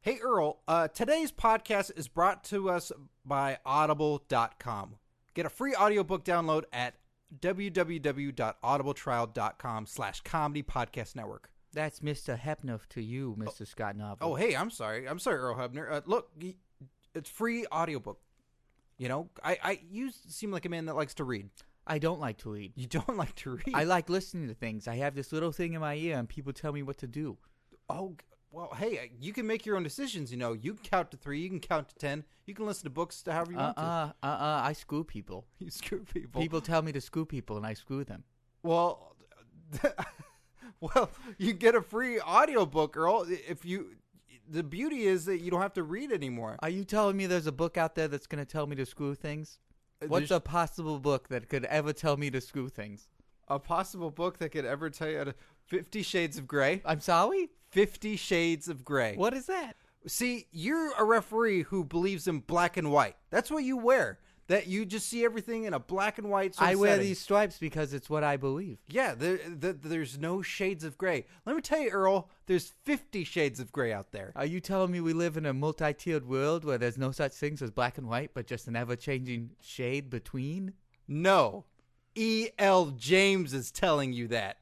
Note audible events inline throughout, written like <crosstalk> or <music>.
Hey, Earl, uh, today's podcast is brought to us by audible.com. Get a free audiobook download at www.audibletrial.com slash comedy podcast network. That's Mr. Hepnuff to you, Mr. Scott Novel. Oh, hey, I'm sorry. I'm sorry, Earl Hubner. Uh, look, y- it's free audiobook. You know, I, I you seem like a man that likes to read. I don't like to read. You don't <laughs> like to read. I like listening to things. I have this little thing in my ear, and people tell me what to do. Oh, g- well, hey, uh, you can make your own decisions. You know, you can count to three, you can count to ten, you can listen to books to however you Uh want uh, to. uh uh. I screw people. <laughs> You screw people. People tell me to screw people, and I screw them. Well, <laughs> well, you get a free audiobook, Earl. If you, the beauty is that you don't have to read anymore. Are you telling me there's a book out there that's going to tell me to screw things? What's Uh, There's a possible book that could ever tell me to screw things? a possible book that could ever tell you how to- Fifty Shades of Grey? I'm sorry? Fifty Shades of Grey. What is that? See, you're a referee who believes in black and white. That's what you wear. That you just see everything in a black and white. Sort I of wear setting. these stripes because it's what I believe. Yeah, there, the, there's no shades of gray. Let me tell you, Earl. There's fifty shades of gray out there. Are you telling me we live in a multi-tiered world where there's no such things as black and white, but just an ever-changing shade between? No. E.L. James is telling you that.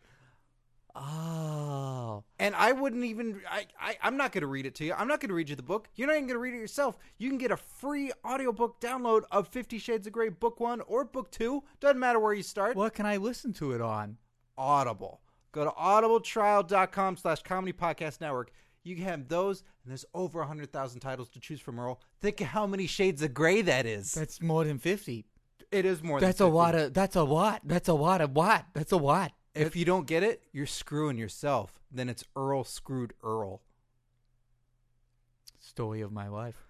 Oh, And I wouldn't even, I, I, I'm not going to read it to you. I'm not going to read you the book. You're not even going to read it yourself. You can get a free audiobook download of Fifty Shades of Grey, Book One or Book Two. Doesn't matter where you start. what can I listen to it on? Audible. Go to audibletrial.com slash comedy podcast network. You can have those, and there's over 100,000 titles to choose from, Earl. Think of how many shades of gray that is. That's more than fifty. It is more That's a than 50. lot of. That's a lot. That's a lot of what? That's a lot. If you don't get it, you're screwing yourself. Then it's Earl screwed Earl. Story of my life.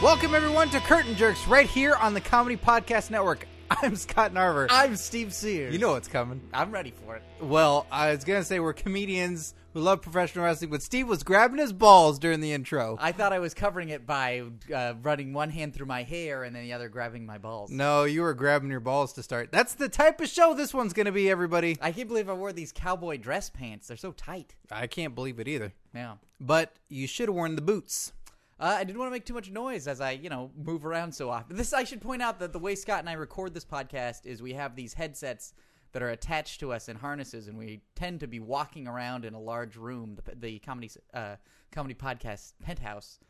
Welcome everyone to Curtain Jerks right here on the Comedy Podcast Network. <laughs> I'm Scott Narver. I'm Steve Sears. you know what's coming. I'm ready for it. Well, I was gonna say we're comedians who love professional wrestling, but Steve was grabbing his balls during the intro. I thought I was covering it by uh, running one hand through my hair and then the other grabbing my balls. No, you were grabbing your balls to start. That's the type of show this one's gonna be, everybody. I can't believe I wore these cowboy dress pants. They're so tight. I can't believe it either. Yeah. But you should have worn the boots. Uh, I didn't want to make too much noise as I, you know, move around so often. This I should point out that the way Scott and I record this podcast is we have these headsets that are attached to us in harnesses, and we tend to be walking around in a large room, the, the comedy uh, comedy podcast penthouse,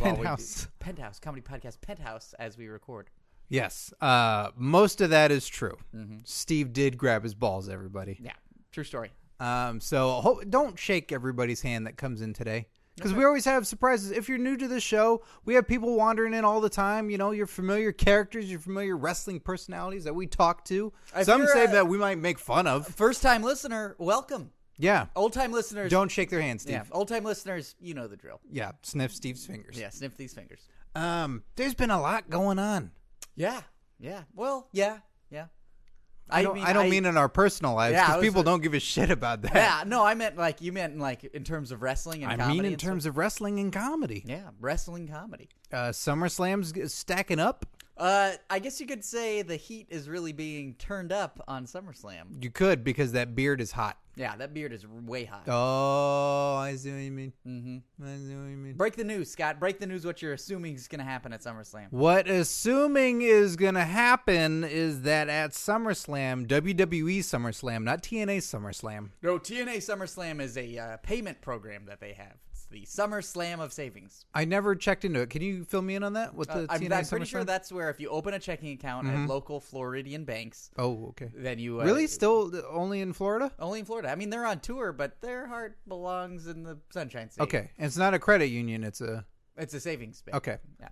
while we- Penthouse. penthouse, comedy podcast penthouse, as we record. Yes. Uh most of that is true. Steve did grab his balls, everybody. Yeah, true story. Um, so ho- don't shake everybody's hand that comes in today. Because we always have surprises. If you're new to the show, we have people wandering in all the time. You know, your familiar characters, your familiar wrestling personalities that we talk to. If Some you're say a- that we might make fun of. First time listener, welcome. Yeah. Old time listeners, Don't shake their hand, Steve. Oh, yeah, Yeah. old time listeners, you know the drill. Sniff Steve's fingers. Yeah, sniff these fingers. Um, there's been a lot going on. Yeah, yeah. Well, yeah, yeah. I don't, I don't mean in our personal lives Yeah, I because was- people don't give a shit about that. Yeah, no, I meant like you meant like in terms of wrestling and I comedy. mean in and stuff. terms of wrestling and comedy. yeah, wrestling comedy. Uh, SummerSlam's g- stacking up. Uh, I guess you could say the heat is really being turned up on SummerSlam. You could because that beard is hot. Yeah, that beard is way hot. Oh, I see what you mean. Mm-hmm. I see what you mean. Break the news, Scott. Break the news. What you're assuming is going to happen at SummerSlam. What assuming is going to happen is that at SummerSlam, WWE SummerSlam, not TNA SummerSlam, No, TNA SummerSlam is a uh, payment program that they have. It's the SummerSlam of savings. I never checked into it. Can you fill me in on that? What the Uh, I'm, TNA I'm pretty SummerSlam? sure that's where if you open a checking account at local Floridian banks, Oh, okay. then you uh, Really? Still th- only in Florida? Only in Florida. I mean, they're on tour, but their heart belongs in the Sunshine State. Okay. And it's not a credit union. It's a It's a savings bank. okay <laughs> Yeah.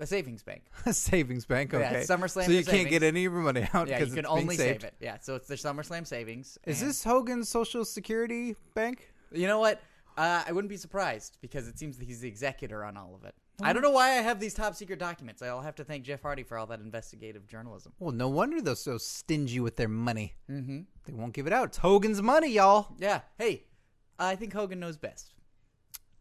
A savings bank. a savings bank. Okay. Yeah, SummerSlam So you is can't get savings. any of your money out. Yeah, 'cause you can it's being only saved. save it. Yeah, so it's the SummerSlam savings. Is and- this Hogan's Social Security Bank? You know what? Uh, I wouldn't be surprised because it seems that he's the executor on all of it. I don't know why I have these top secret documents. I'll have to thank Jeff Hardy for all that investigative journalism. Well, no wonder they're so stingy with their money. Mm-hmm. They won't give it out. It's Hogan's money, y'all. Yeah. Hey, I think Hogan knows best,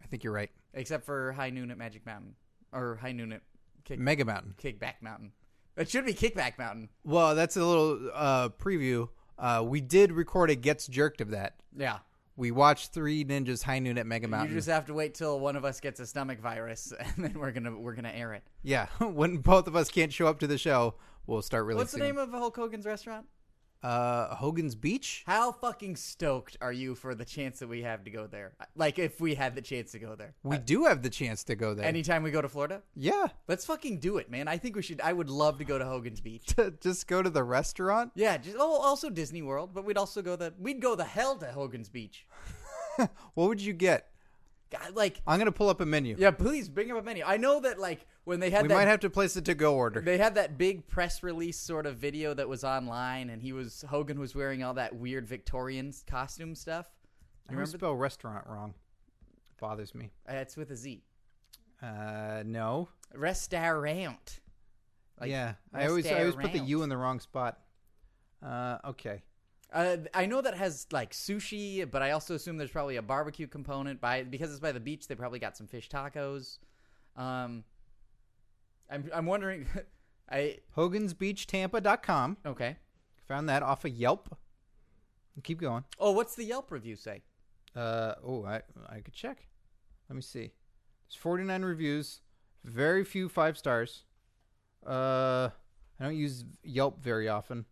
I think you're right. except for High Noon at Magic Mountain or High Noon at Kick, Mega Mountain. Kickback Mountain. It should be Kickback Mountain. Well, that's a little uh, preview. Uh, we did record a gets jerked of that. Yeah. We watched Three Ninjas High Noon at Mega You Mountain. just have to wait till one of us gets a stomach virus, <laughs> and then we're gonna we're gonna air it. Yeah, <laughs> when both of us can't show up to the show, we'll start releasing. What's the name of Hulk Hogan's restaurant? Uh, Hogan's Beach. How fucking stoked are you for the chance that we have to go there? Like, if we had the chance to go there, We do have the chance to go there. anytime we go to Florida, yeah, <laughs> let's fucking do it, man. I think we should. I would love to go to Hogan's Beach. just go to the restaurant. Yeah, just oh, also Disney World, but we'd also go the we'd go the hell to Hogan's Beach. What would you get? God, like, I'm gonna pull up a menu. yeah, please bring up a menu. I know that like when they had we that might have to place a to-go order. They had that big press release sort of video that was online, and he was Hogan was wearing all that weird Victorian costume stuff. I always spell restaurant wrong. bothers me. Uh, it's with a Z. Uh, no. Restaurant. Like, yeah, I always I always put the restaurant. U in the wrong spot. Uh, okay. Uh, I know that has like sushi, but I also assume there's probably a barbecue component. By because it's by the beach, they probably got some fish tacos. Um, I'm I'm wondering. <laughs> I Hogan'sBeachTampa.com. okay. Found that off of Yelp. Keep going. Oh, what's the Yelp review say? Uh oh, I I could check. Let me see. There's 49 reviews, very few five stars. Uh, I don't use Yelp very often.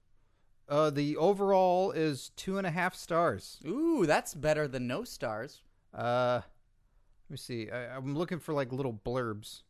Uh, the overall is two and a half stars. Ooh, that's better than no stars. Uh, let me see. I, I'm looking for like little blurbs.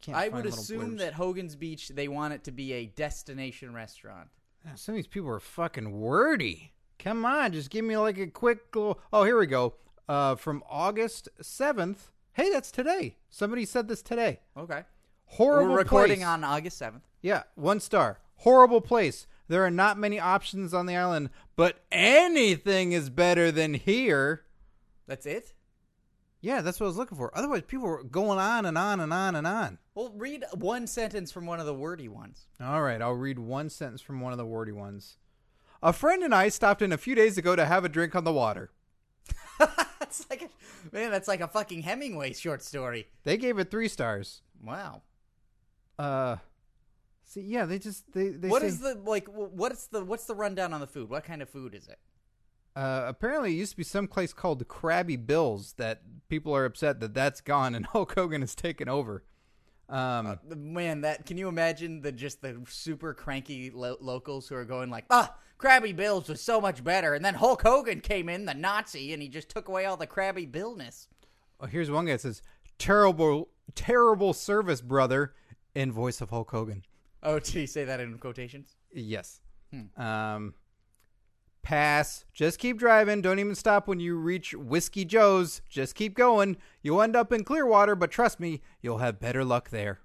Can't I find would little assume blurbs. that Hogan's Beach they want it to be a destination restaurant. Ah, Some of these people are fucking wordy. Come on, just give me like a quick little. Oh, here we go. Uh, from August 7th. Hey, that's today. Somebody said this today. Okay. Horrible We're recording place. on August 7th. Yeah, one star. Horrible place. There are not many options on the island, but anything is better than here. That's it? Yeah, that's what I was looking for. Otherwise, people were going on and on and on and on. Well, read one sentence from one of the wordy ones. <laughs> All right, I'll read one sentence from one of the wordy ones. A friend and I stopped in a few days ago to have a drink on the water. that's like a, man, that's like a fucking Hemingway short story. They gave it three stars. Wow. Uh, see, yeah, they just they they What say, is the like wh- what's the what's the rundown on the food? What kind of food is it? uh, apparently it used to be some place called the Krabby Bills that people are upset that that's gone and <laughs> Hulk Hogan has taken over. Um, The- Man, that can you imagine the just the super cranky lo- locals who are going like, "Ah, Krabby Bills was so much better." And then Hulk Hogan came in, the Nazi, and he just took away all the Krabby Billness. oh, here's one guy that says terrible terrible service brother in voice of Hulk Hogan. Oh, did he say that in quotations? Yes. Um, pass. Just keep driving. Don't even stop when you reach Whiskey Joe's. Just keep going. You'll end up in Clearwater, but trust me, you'll have better luck there.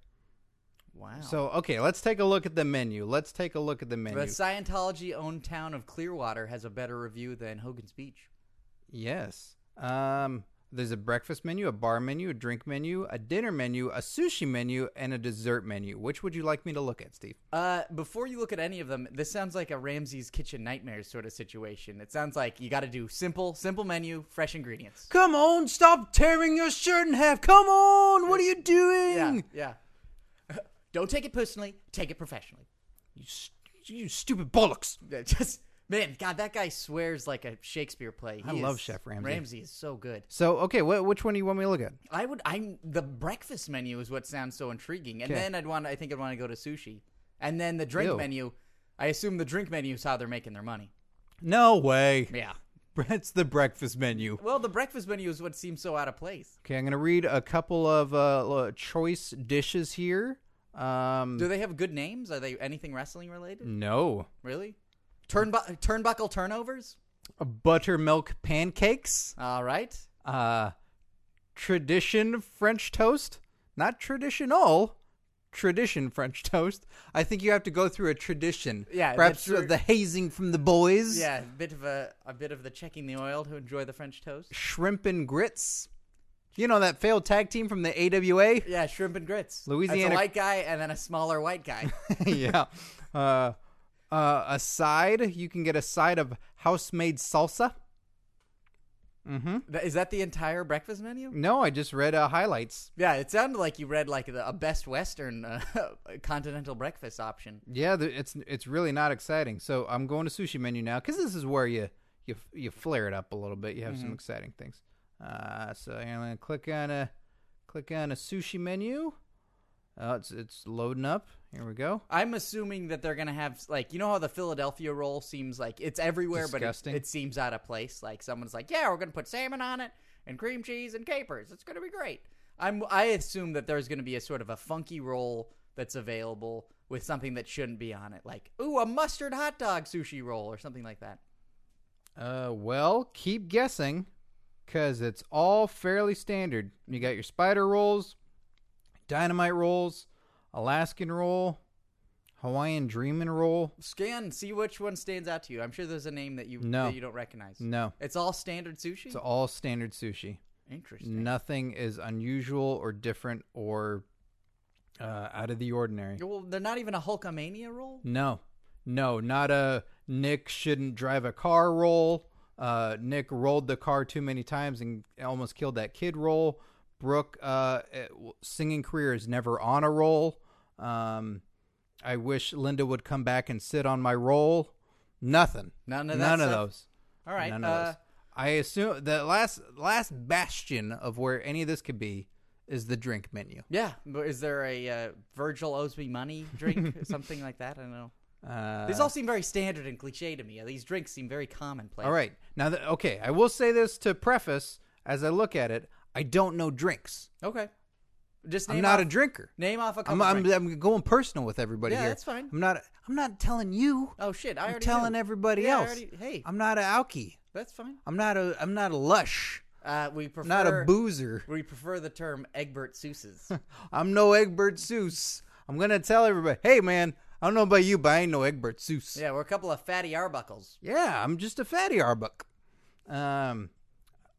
Wow. So okay, let's take a look at the menu. Let's take a look at the menu. the Scientology owned town of Clearwater has a better review than Hogan's Beach. yes. Um there's a breakfast menu, a bar menu, a drink menu, a dinner menu, a sushi menu, and a dessert menu. Which would you like me to look at, Steve? Uh, before you look at any of them, this sounds like a Ramsey's Kitchen Nightmares sort of situation. It sounds like you got to do simple, simple menu, fresh ingredients. Come on, stop tearing your shirt in half. Come on, what are you doing? Yeah, yeah. <laughs> Don't take it personally. Take it professionally. You, st- you stupid bollocks. Yeah, Just man, God, that guy swears like a Shakespeare play. I He love is- Chef Ramsay. Ramsay is so good. So, okay, wh- which one do you want me to look at? I would. I'm the breakfast menu is what sounds so intriguing, and Okay. then I'd want. I think I'd want to go to sushi, and then the drink Ew. menu. I assume the drink menu is how they're making their money. No way. <laughs> Yeah. It's the breakfast menu. Well, the breakfast menu is what seems so out of place. Okay, I'm going to read a couple of uh, lo- choice dishes here. Um, Do they have good names? Are they anything wrestling related? no. Really? Turnbu- turnbuckle turnovers. Buttermilk pancakes. All right. Uh, tradition French toast. Not traditional. Tradition French toast. I think you have to go through a tradition. Yeah, Perhaps uh, that's true. the hazing from the boys. Yeah, a bit of a a bit of the checking the oil to enjoy the French toast. Shrimp and grits. You know that failed tag team from the AWA? Yeah, shrimp and grits. That's Louisiana- a white guy and then a smaller white guy. <laughs> yeah. Uh, uh, a side, you can get a side of house made salsa. Th- Is that the entire breakfast menu? No, I just read uh, highlights. Yeah, it sounded like you read like the, a Best Western uh, <laughs> continental breakfast option. Yeah, the, it's it's really not exciting. So I'm going to sushi menu now because this is where you you you flare it up a little bit. You have some exciting things. Uh, so I'm gonna click on a click on a sushi menu. Oh, it's it's loading up. Here we go. I'm assuming that they're gonna have like you know how the Philadelphia roll seems like it's everywhere, Disgusting. but it, it seems out of place. Like someone's like, yeah, we're gonna put salmon on it and cream cheese and capers. It's gonna be great. I'm I assume that there's gonna be a sort of a funky roll that's available with something that shouldn't be on it, like ooh, a mustard hot dog sushi roll or something like that. Uh, well, keep guessing, cause it's all fairly standard. You got your spider rolls, dynamite rolls, Alaskan roll, Hawaiian dreamin' roll. Scan, see which one stands out to you. I'm sure there's a name that you No. that you don't recognize. No, It's all standard sushi. it's all standard sushi. Interesting. Nothing is unusual or different or uh, out of the ordinary. Well, they're not even a Hulkamania roll. No, no, not a Nick shouldn't drive a car roll. Uh, Nick rolled the car too many times and almost killed that kid roll. Brooke, uh, eh, w- singing career is never on a roll. Um, I wish Linda would come back and sit on my roll. Nothing. None of that None of stuff? those. All right. None uh, of those. I assume the last last bastion of where any of this could be is the drink menu. Yeah, but is there a uh, Virgil owes me money drink, <laughs> something like that? I don't know. Uh, These all seem very standard and cliche to me. These drinks seem very commonplace. all right, now that okay, I will say this to preface as I look at it, I don't know drinks. okay. Just name I'm not off, a drinker. name off a couple. I'm, I'm, drinks. I'm going personal with everybody Yeah, here. that's fine. I'm not I'm not telling you. oh shit! I I'm already telling knew. everybody Yeah, I else. already- hey, I'm not a alkie. that's fine. I'm not a I'm not a lush. Uh, we prefer I'm not a boozer. We prefer the term Egbert Seuss's. <laughs> I'm no Egbert Seuss. I'm gonna tell everybody, hey man, I don't know about you, but I ain't no Egbert Seuss. yeah, we're a couple of fatty arbuckles. Yeah, I'm just a fatty arbuck. Um,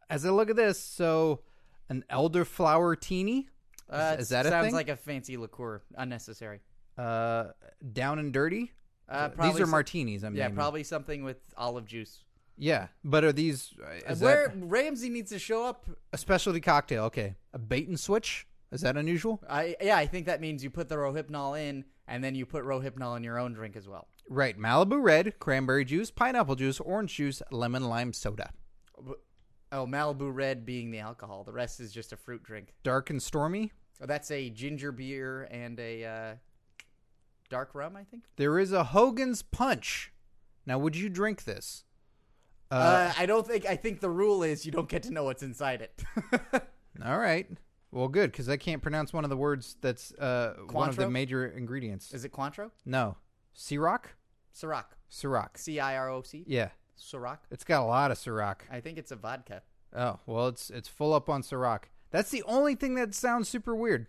as I look at this, so an elderflower teeny. Uh, is that a sounds thing? like a fancy liqueur? Unnecessary. Uh, down and dirty. Uh, these probably are some- martinis. I'm Yeah, naming. probably something with olive juice. Yeah, but are these? Is Where that Ramsey needs to show up a specialty cocktail? Okay, a bait and switch. Is that unusual? I yeah, I think that means you put the Rohypnol in, and then you put Rohypnol in your own drink as well. Right. Malibu red, cranberry juice, pineapple juice, orange juice, lemon lime soda. Oh, Malibu Red being the alcohol. The rest is just a fruit drink. Dark and stormy. Oh, that's a ginger beer and a uh, dark rum, I think. There is a Hogan's punch. Now, would you drink this? Uh, I don't think. I think the rule is you don't get to know what's inside it. <laughs> All right. Well, good because I can't pronounce one of the words that's uh, one of the Cointreau? major ingredients. is it Cointreau? No, Ciroc, Ciroc. Ciroc. C I R O C. Yeah, Ciroc. it's got a lot of Ciroc. I think it's a vodka. Oh, well, it's it's full up on Ciroc. That's the only thing that sounds super weird.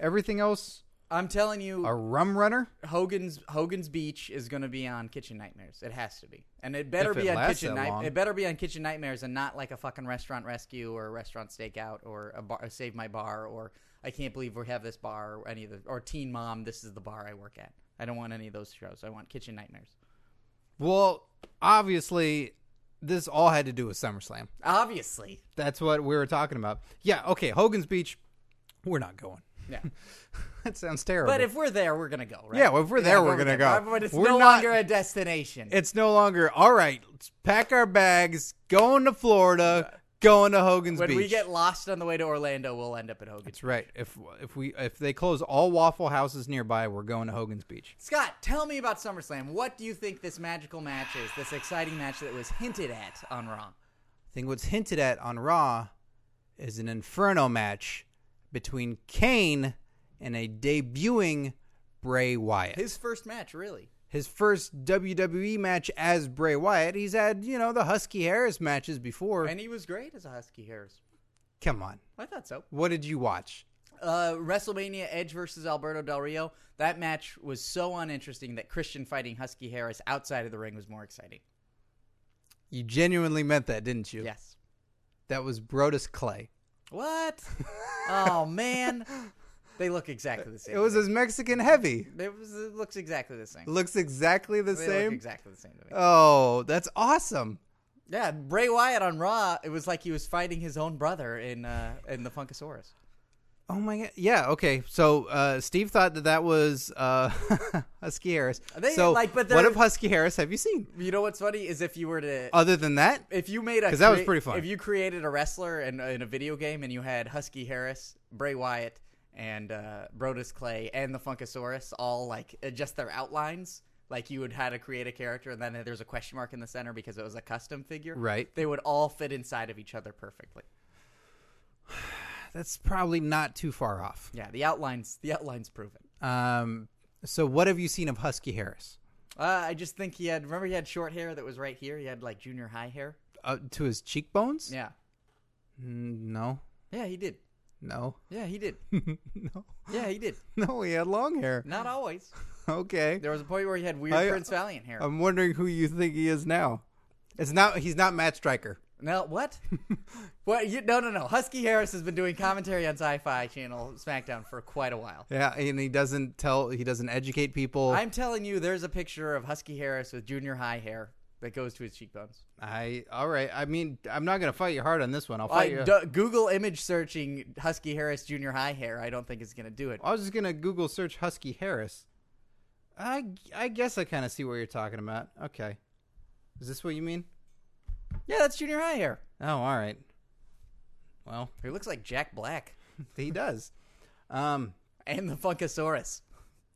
Everything else, I'm telling you, a rum runner. Hogan's Hogan's Beach is going to be on Kitchen Nightmares. It has to be, and it better If it be on lasts Kitchen that Night. long. It better be on Kitchen Nightmares, and not like a fucking Restaurant Rescue or a Restaurant Stakeout or a, bar, a Save My Bar or I can't believe we have this bar or any of the or Teen Mom. This is the bar I work at. I don't want any of those shows. I want Kitchen Nightmares. Well, obviously, this all had to do with SummerSlam. Obviously, That's what we were talking about. Yeah. Okay. Hogan's Beach. We're not going. yeah. <laughs> that sounds terrible. But if we're there, we're gonna go. right? Yeah, well, if we're there, we're gonna go. But it's We're no not- longer a destination. it's no longer all right. Let's pack our bags, going to Florida, going to Hogan's when Beach. we get lost on the way to Orlando, we'll end up at Hogan's. That's right. If if we if they close all Waffle Houses nearby, we're going to Hogan's Beach. Scott, tell me about SummerSlam. What do you think this magical match is? This exciting match that was hinted at on Raw. I think what's hinted at on Raw is an Inferno match between Kane and a debuting Bray Wyatt. His first match, really. his first WWE match as Bray Wyatt. He's had, you know, the Husky Harris matches before. And he was great as a Husky Harris. Come on. I thought so. What did you watch? Uh, WrestleMania Edge versus Alberto Del Rio. That match was so uninteresting that Christian fighting Husky Harris outside of the ring was more exciting. You genuinely meant that, didn't you? Yes. That was Brodus Clay. <laughs> What? oh man, they look exactly the same. It was his Mexican heavy. It, was, it looks exactly the same. Looks exactly the They same. look exactly the same to me. oh, that's awesome. yeah, Bray Wyatt on Raw. It was like he was fighting his own brother in uh, in the Funkasaurus. Oh my god. Yeah. Okay. So uh, Steve thought that that was uh, <laughs> Husky Harris. They, so like, what but they're- if Husky Harris have you seen? You know what's funny is if you were to Other than that, if you made a Uh, 'Cause that was pretty fun. If you created a wrestler in, in a video game and you had Husky Harris, Bray Wyatt, and uh, Brodus Clay and the Funkasaurus all like uh, just their outlines, like you would had to create a character and then there's a question mark in the center because it was a custom figure. Right. They would all fit inside of each other perfectly. that's probably not too far off. Yeah, the outlines the outlines proven. Um, so what have you seen of Husky Harris? Uh, I just think he had remember he had short hair that was right here. He had like junior high hair. Uh, to his cheekbones? Yeah. Mm, No. Yeah, he did. No. <laughs> Yeah, he did. no. Yeah, he did. No, he had long hair. Not always. Okay. There was a point where he had weird I- uh, Prince Valiant hair. I'm wondering who you think he is now. It's not he's not Matt Striker. No, what? what? You, no, no, no. Husky Harris has been doing commentary on Sci-Fi Channel SmackDown for quite a while. Yeah, and he doesn't tell he doesn't educate people. I'm telling you, there's a picture of Husky Harris with junior high hair that goes to his cheekbones. I all right. I mean, I'm not gonna fight you hard on this one. I'll I, fight you. du- Google image searching Husky Harris junior high hair. I don't think is gonna do it. I was just gonna Google search Husky Harris. I I guess I kind of see what you're talking about. Okay, is this what you mean? Yeah, that's junior high hair. Oh, all right. Well, <laughs> He looks like Jack Black he does. Um, and the Funkasaurus.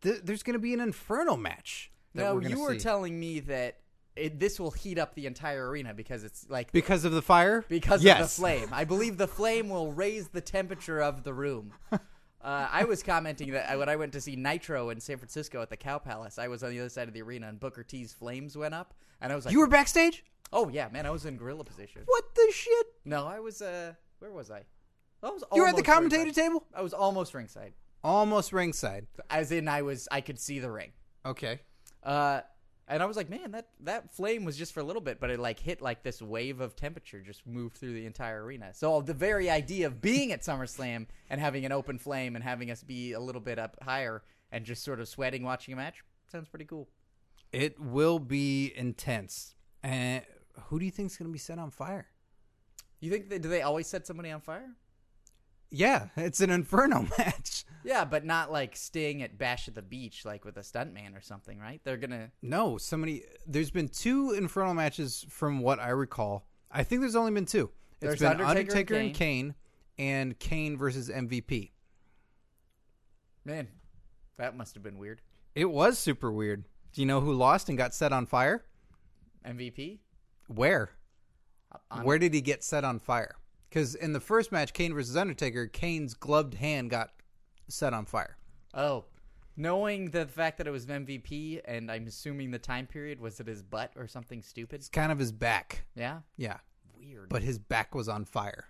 th- there's gonna be an inferno match. That No, we're gonna you were see. telling me that it, this will heat up the entire arena because it's like because of the fire. because of the Yes. flame. I believe the flame will raise the temperature of <laughs> the room. Uh, I was commenting that I- when I went to see Nitro in San Francisco at the Cow Palace, I was on the other side of the arena and Booker T's flames went up, and I was like, You were backstage. "Oh yeah, man, I was in gorilla position." What the shit? No, I was. Uh, where was I? I was You were at the almost commentator ringside. table. I was almost ringside, Almost ringside. as in I was. I could see the ring. Okay. Uh, and I was like, man, that that flame was just for a little bit, but it like hit like this wave of temperature just moved through the entire arena. So the very idea of being at SummerSlam and having an open flame and having us be a little bit up higher and just sort of sweating watching a match sounds pretty cool. It will be intense. And who do you think's gonna be set on fire? You think they, do they always set somebody on fire? Yeah, it's an inferno <laughs> match. Yeah, but not like Sting at Bash at the Beach, like with a stuntman or something, right? They're gonna No, somebody. There's been two Inferno matches from what I recall. I think there's only been two. It's There's been Undertaker and Undertaker and Kane, and Kane versus MVP. man, that must have been weird. It was super weird. Do you know who lost and got set on fire? MVP. Where? On- Where did he get set on fire? Because in the first match, Kane versus Undertaker, Kane's gloved hand got set on fire. Oh, knowing the fact that it was MVP, and I'm assuming the time period was it his butt or something stupid. It's kind of his back. Yeah, Yeah, weird. but his back was on fire.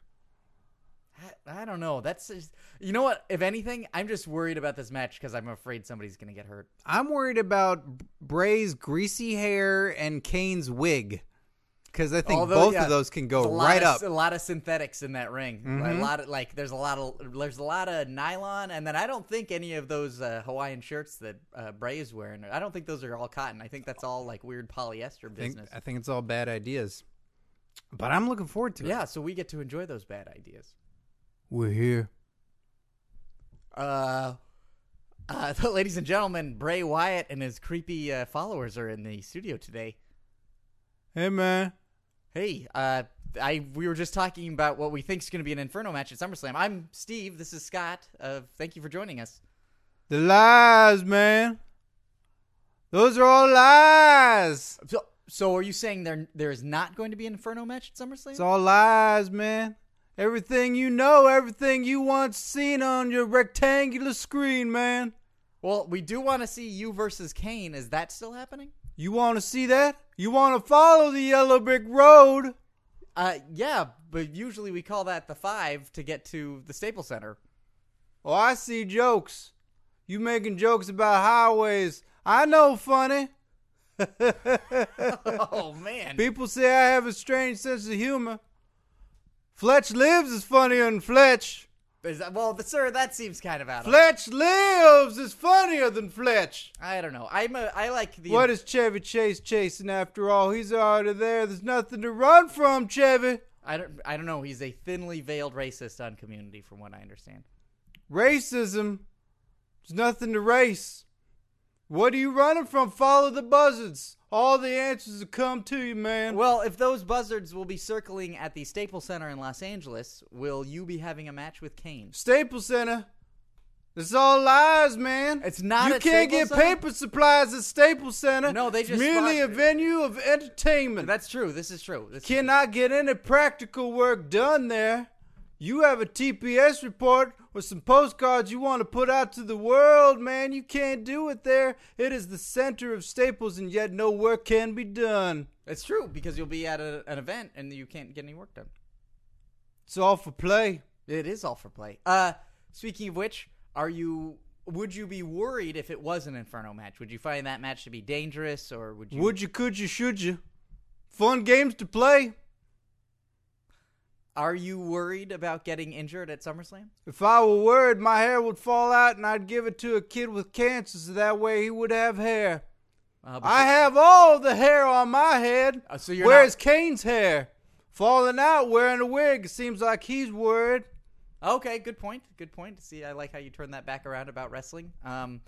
I, I don't know. That's just, you know what? If anything, I'm just worried about this match because I'm afraid somebody's gonna get hurt. I'm worried about Bray's greasy hair and Kane's wig because I think Although, both yeah, of those can go A lot right up. of- Mm-hmm. A lot of synthetics in that ring. A lot of like, there's a lot of there's a lot of nylon, and then I don't think any of those uh, Hawaiian shirts that uh, Bray is wearing. I don't think those are all cotton. I think that's all like weird polyester I think, business. I think it's all bad ideas, but I'm looking forward to it. Yeah, so we get to enjoy those bad ideas. We're here. Uh, uh, <laughs> ladies and gentlemen, Bray Wyatt and his creepy uh, followers are in the studio today. Hey man, Hey, uh, I we were just talking about what we think is going to be an Inferno match at SummerSlam. I'm Steve. This is Scott. Uh, thank you for joining us. the lies, man. Those are all lies. So, so are you saying there there is not going to be an Inferno match at SummerSlam? It's all lies, man. Everything you know, everything you once seen on your rectangular screen, man. well, we do want to see you versus Kane. Is that still happening? You want to see that? You want to follow the yellow brick road? Uh, yeah, but usually we call that the five to get to the Staples Center. <laughs> Oh, I see jokes. You making jokes about highways. I know funny. <laughs> oh man. Oh, People say I have a strange sense of humor. Fletch lives is funnier than Fletch. Is that, well, sir, that seems kind of out. of Fletch lives is funnier than Fletch. I don't know. I'm a. I like the. What is Chevy Chase chasing after all? He's already there. There's nothing to run from, Chevy. I don't. I don't know. He's a thinly veiled racist on Community, from what I understand. Racism. There's nothing to race. What are you running from? Follow the buzzards. All the answers will come to you, man. Well, if those buzzards will be circling at the Staples Center in Los Angeles, will you be having a match with Kane? Staples Center. It's all lies, man. It's not You at can't get Staples Center? paper supplies at Staples Center. No, they It's just merely spot- a venue of entertainment. That's true. This is true. This Cannot get any practical work done there. You have a TPS report or some postcards you want to put out to the world, man. You can't do it there. It is the center of Staples, and yet no work can be done. It's true because you'll be at a, an event and you can't get any work done. It's all for play. It is all for play. Uh, speaking of which, are you? Would you be worried if it was an Inferno match? Would you find that match to be dangerous, or would you? Would you, could you, should you? Fun games to play. Are you worried about getting injured at SummerSlam? If I were worried, my hair would fall out and I'd give it to a kid with cancer so that way he would have hair. Uh, but I have all the hair on my head. Uh, so you're Where's not- Kane's hair? Falling out wearing a wig. It seems like he's worried. Okay, good point. Good point. See, I like how you turn that back around about wrestling. Um,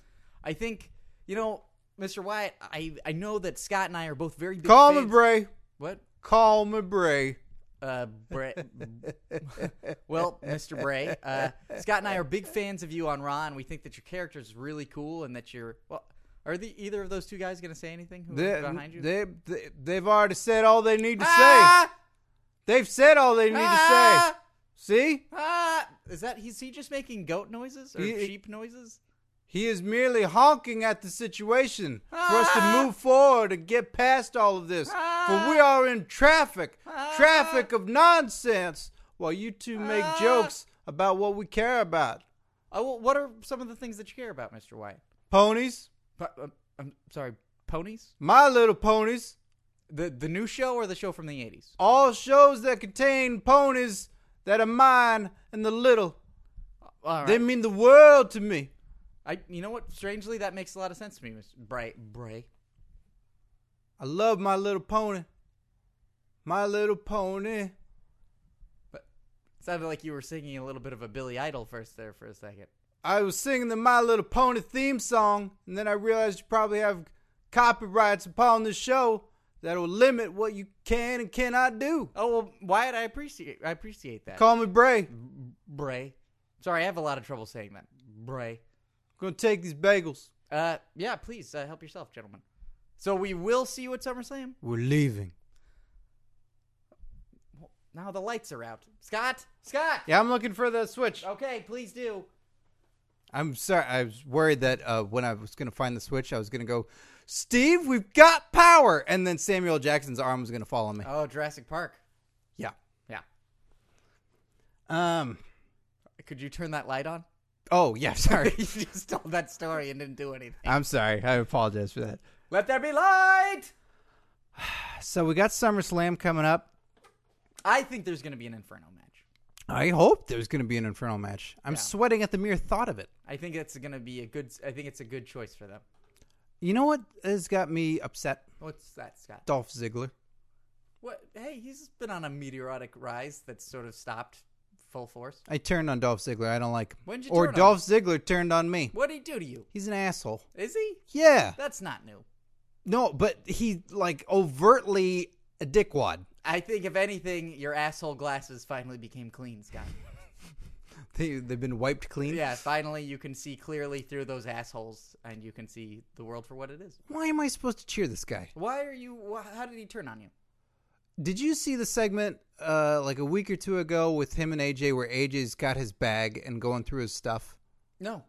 I think you know, Mr. Wyatt. I I know that Scott and I are both very big Call me fans. Bray. What? Call me <laughs> Bray. Uh, Bray. well, Mr. Bray, uh, Scott and I are big fans of you on Raw, and we think that your character is really cool, and that you're well. Are the either of those two guys going to say anything? Who They, are behind you? they, they, they've already said all they need to say. ah! They've said all they need ah! to say. See? Ah! Is that is he just making goat noises or He- sheep noises? He is merely honking at the situation for us Ah. to move forward and get past all of this. For we are in traffic, Ah. traffic of nonsense, while you two make Ah. jokes about what we care about. Oh, well, what are some of the things that you care about, Mr. Wyatt? Ponies, Po- uh, I'm sorry, ponies. My Little Ponies, The the new show or the show from the eighties? all shows that contain ponies that are mine and the little. Uh, All right. They mean the world to me. I you know what? Strangely, that makes a lot of sense to me, Mr. Bray. Bray. I love My Little Pony. My Little Pony. But sounded like you were singing a little bit of a Billy Idol first there for a second. I was singing the My Little Pony theme song, and then I realized you probably have copyrights upon the show that will limit what you can and cannot do. Oh well, Wyatt, I appreciate I appreciate that. Call me Bray. Bray. Sorry, I have a lot of trouble saying that. Bray. gonna take these bagels. Uh, yeah, please uh, help yourself, gentlemen. So we will see you at SummerSlam. We're leaving. Now the lights are out. Scott, Scott. Yeah, I'm looking for the switch. Okay, please do. I'm sorry. I was worried that uh, when I was gonna find the switch, I was gonna go, Steve, we've got power, and then Samuel Jackson's arm was gonna fall on me. Oh, Jurassic Park. Yeah. Yeah. Um. Could you turn that light on? Oh yeah. <laughs> <laughs> Sorry. you just told that story and didn't do anything. I'm sorry. I apologize for that. Let there be light. So we got SummerSlam coming up. I think there's going to be an Inferno match. I hope there's going to be an Inferno match. I'm Yeah. sweating at the mere thought of it. I think it's going to be a good. I think it's a good choice for them. You know what has got me upset? What's that, Scott? Dolph Ziggler. What? Hey, he's been on a meteoric rise that's sort of stopped full force. I turned on Dolph Ziggler. I don't like him. When'd you or turn on Dolph Ziggler turned on me. What did he do to you? He's an asshole. Is he? Yeah. That's not new. No, but he's like overtly a dickwad. I think if anything, your asshole glasses finally became clean, <laughs> Scott. They, they've been wiped clean. yeah, finally you can see clearly through those assholes, and you can see the world for what it is. Why am I supposed to cheer this guy? Why are you? wh- How did he turn on you? Did you see the segment uh, like a week or two ago with him and AJ where AJ's got his bag and going through his stuff? No.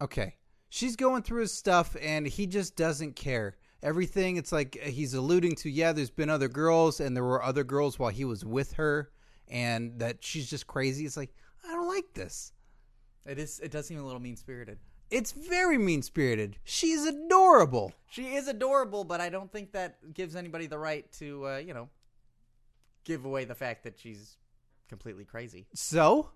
Okay. She's going through his stuff and he just doesn't care. Everything it's like uh, he's alluding to, yeah, there's been other girls and there were other girls while he was with her and that she's just crazy. It's like, I don't like this. It is. It does seem a little mean spirited. It's very mean spirited. She's adorable. She is adorable, but I don't think that gives anybody the right to, uh, you know, give away the fact that she's completely crazy. So,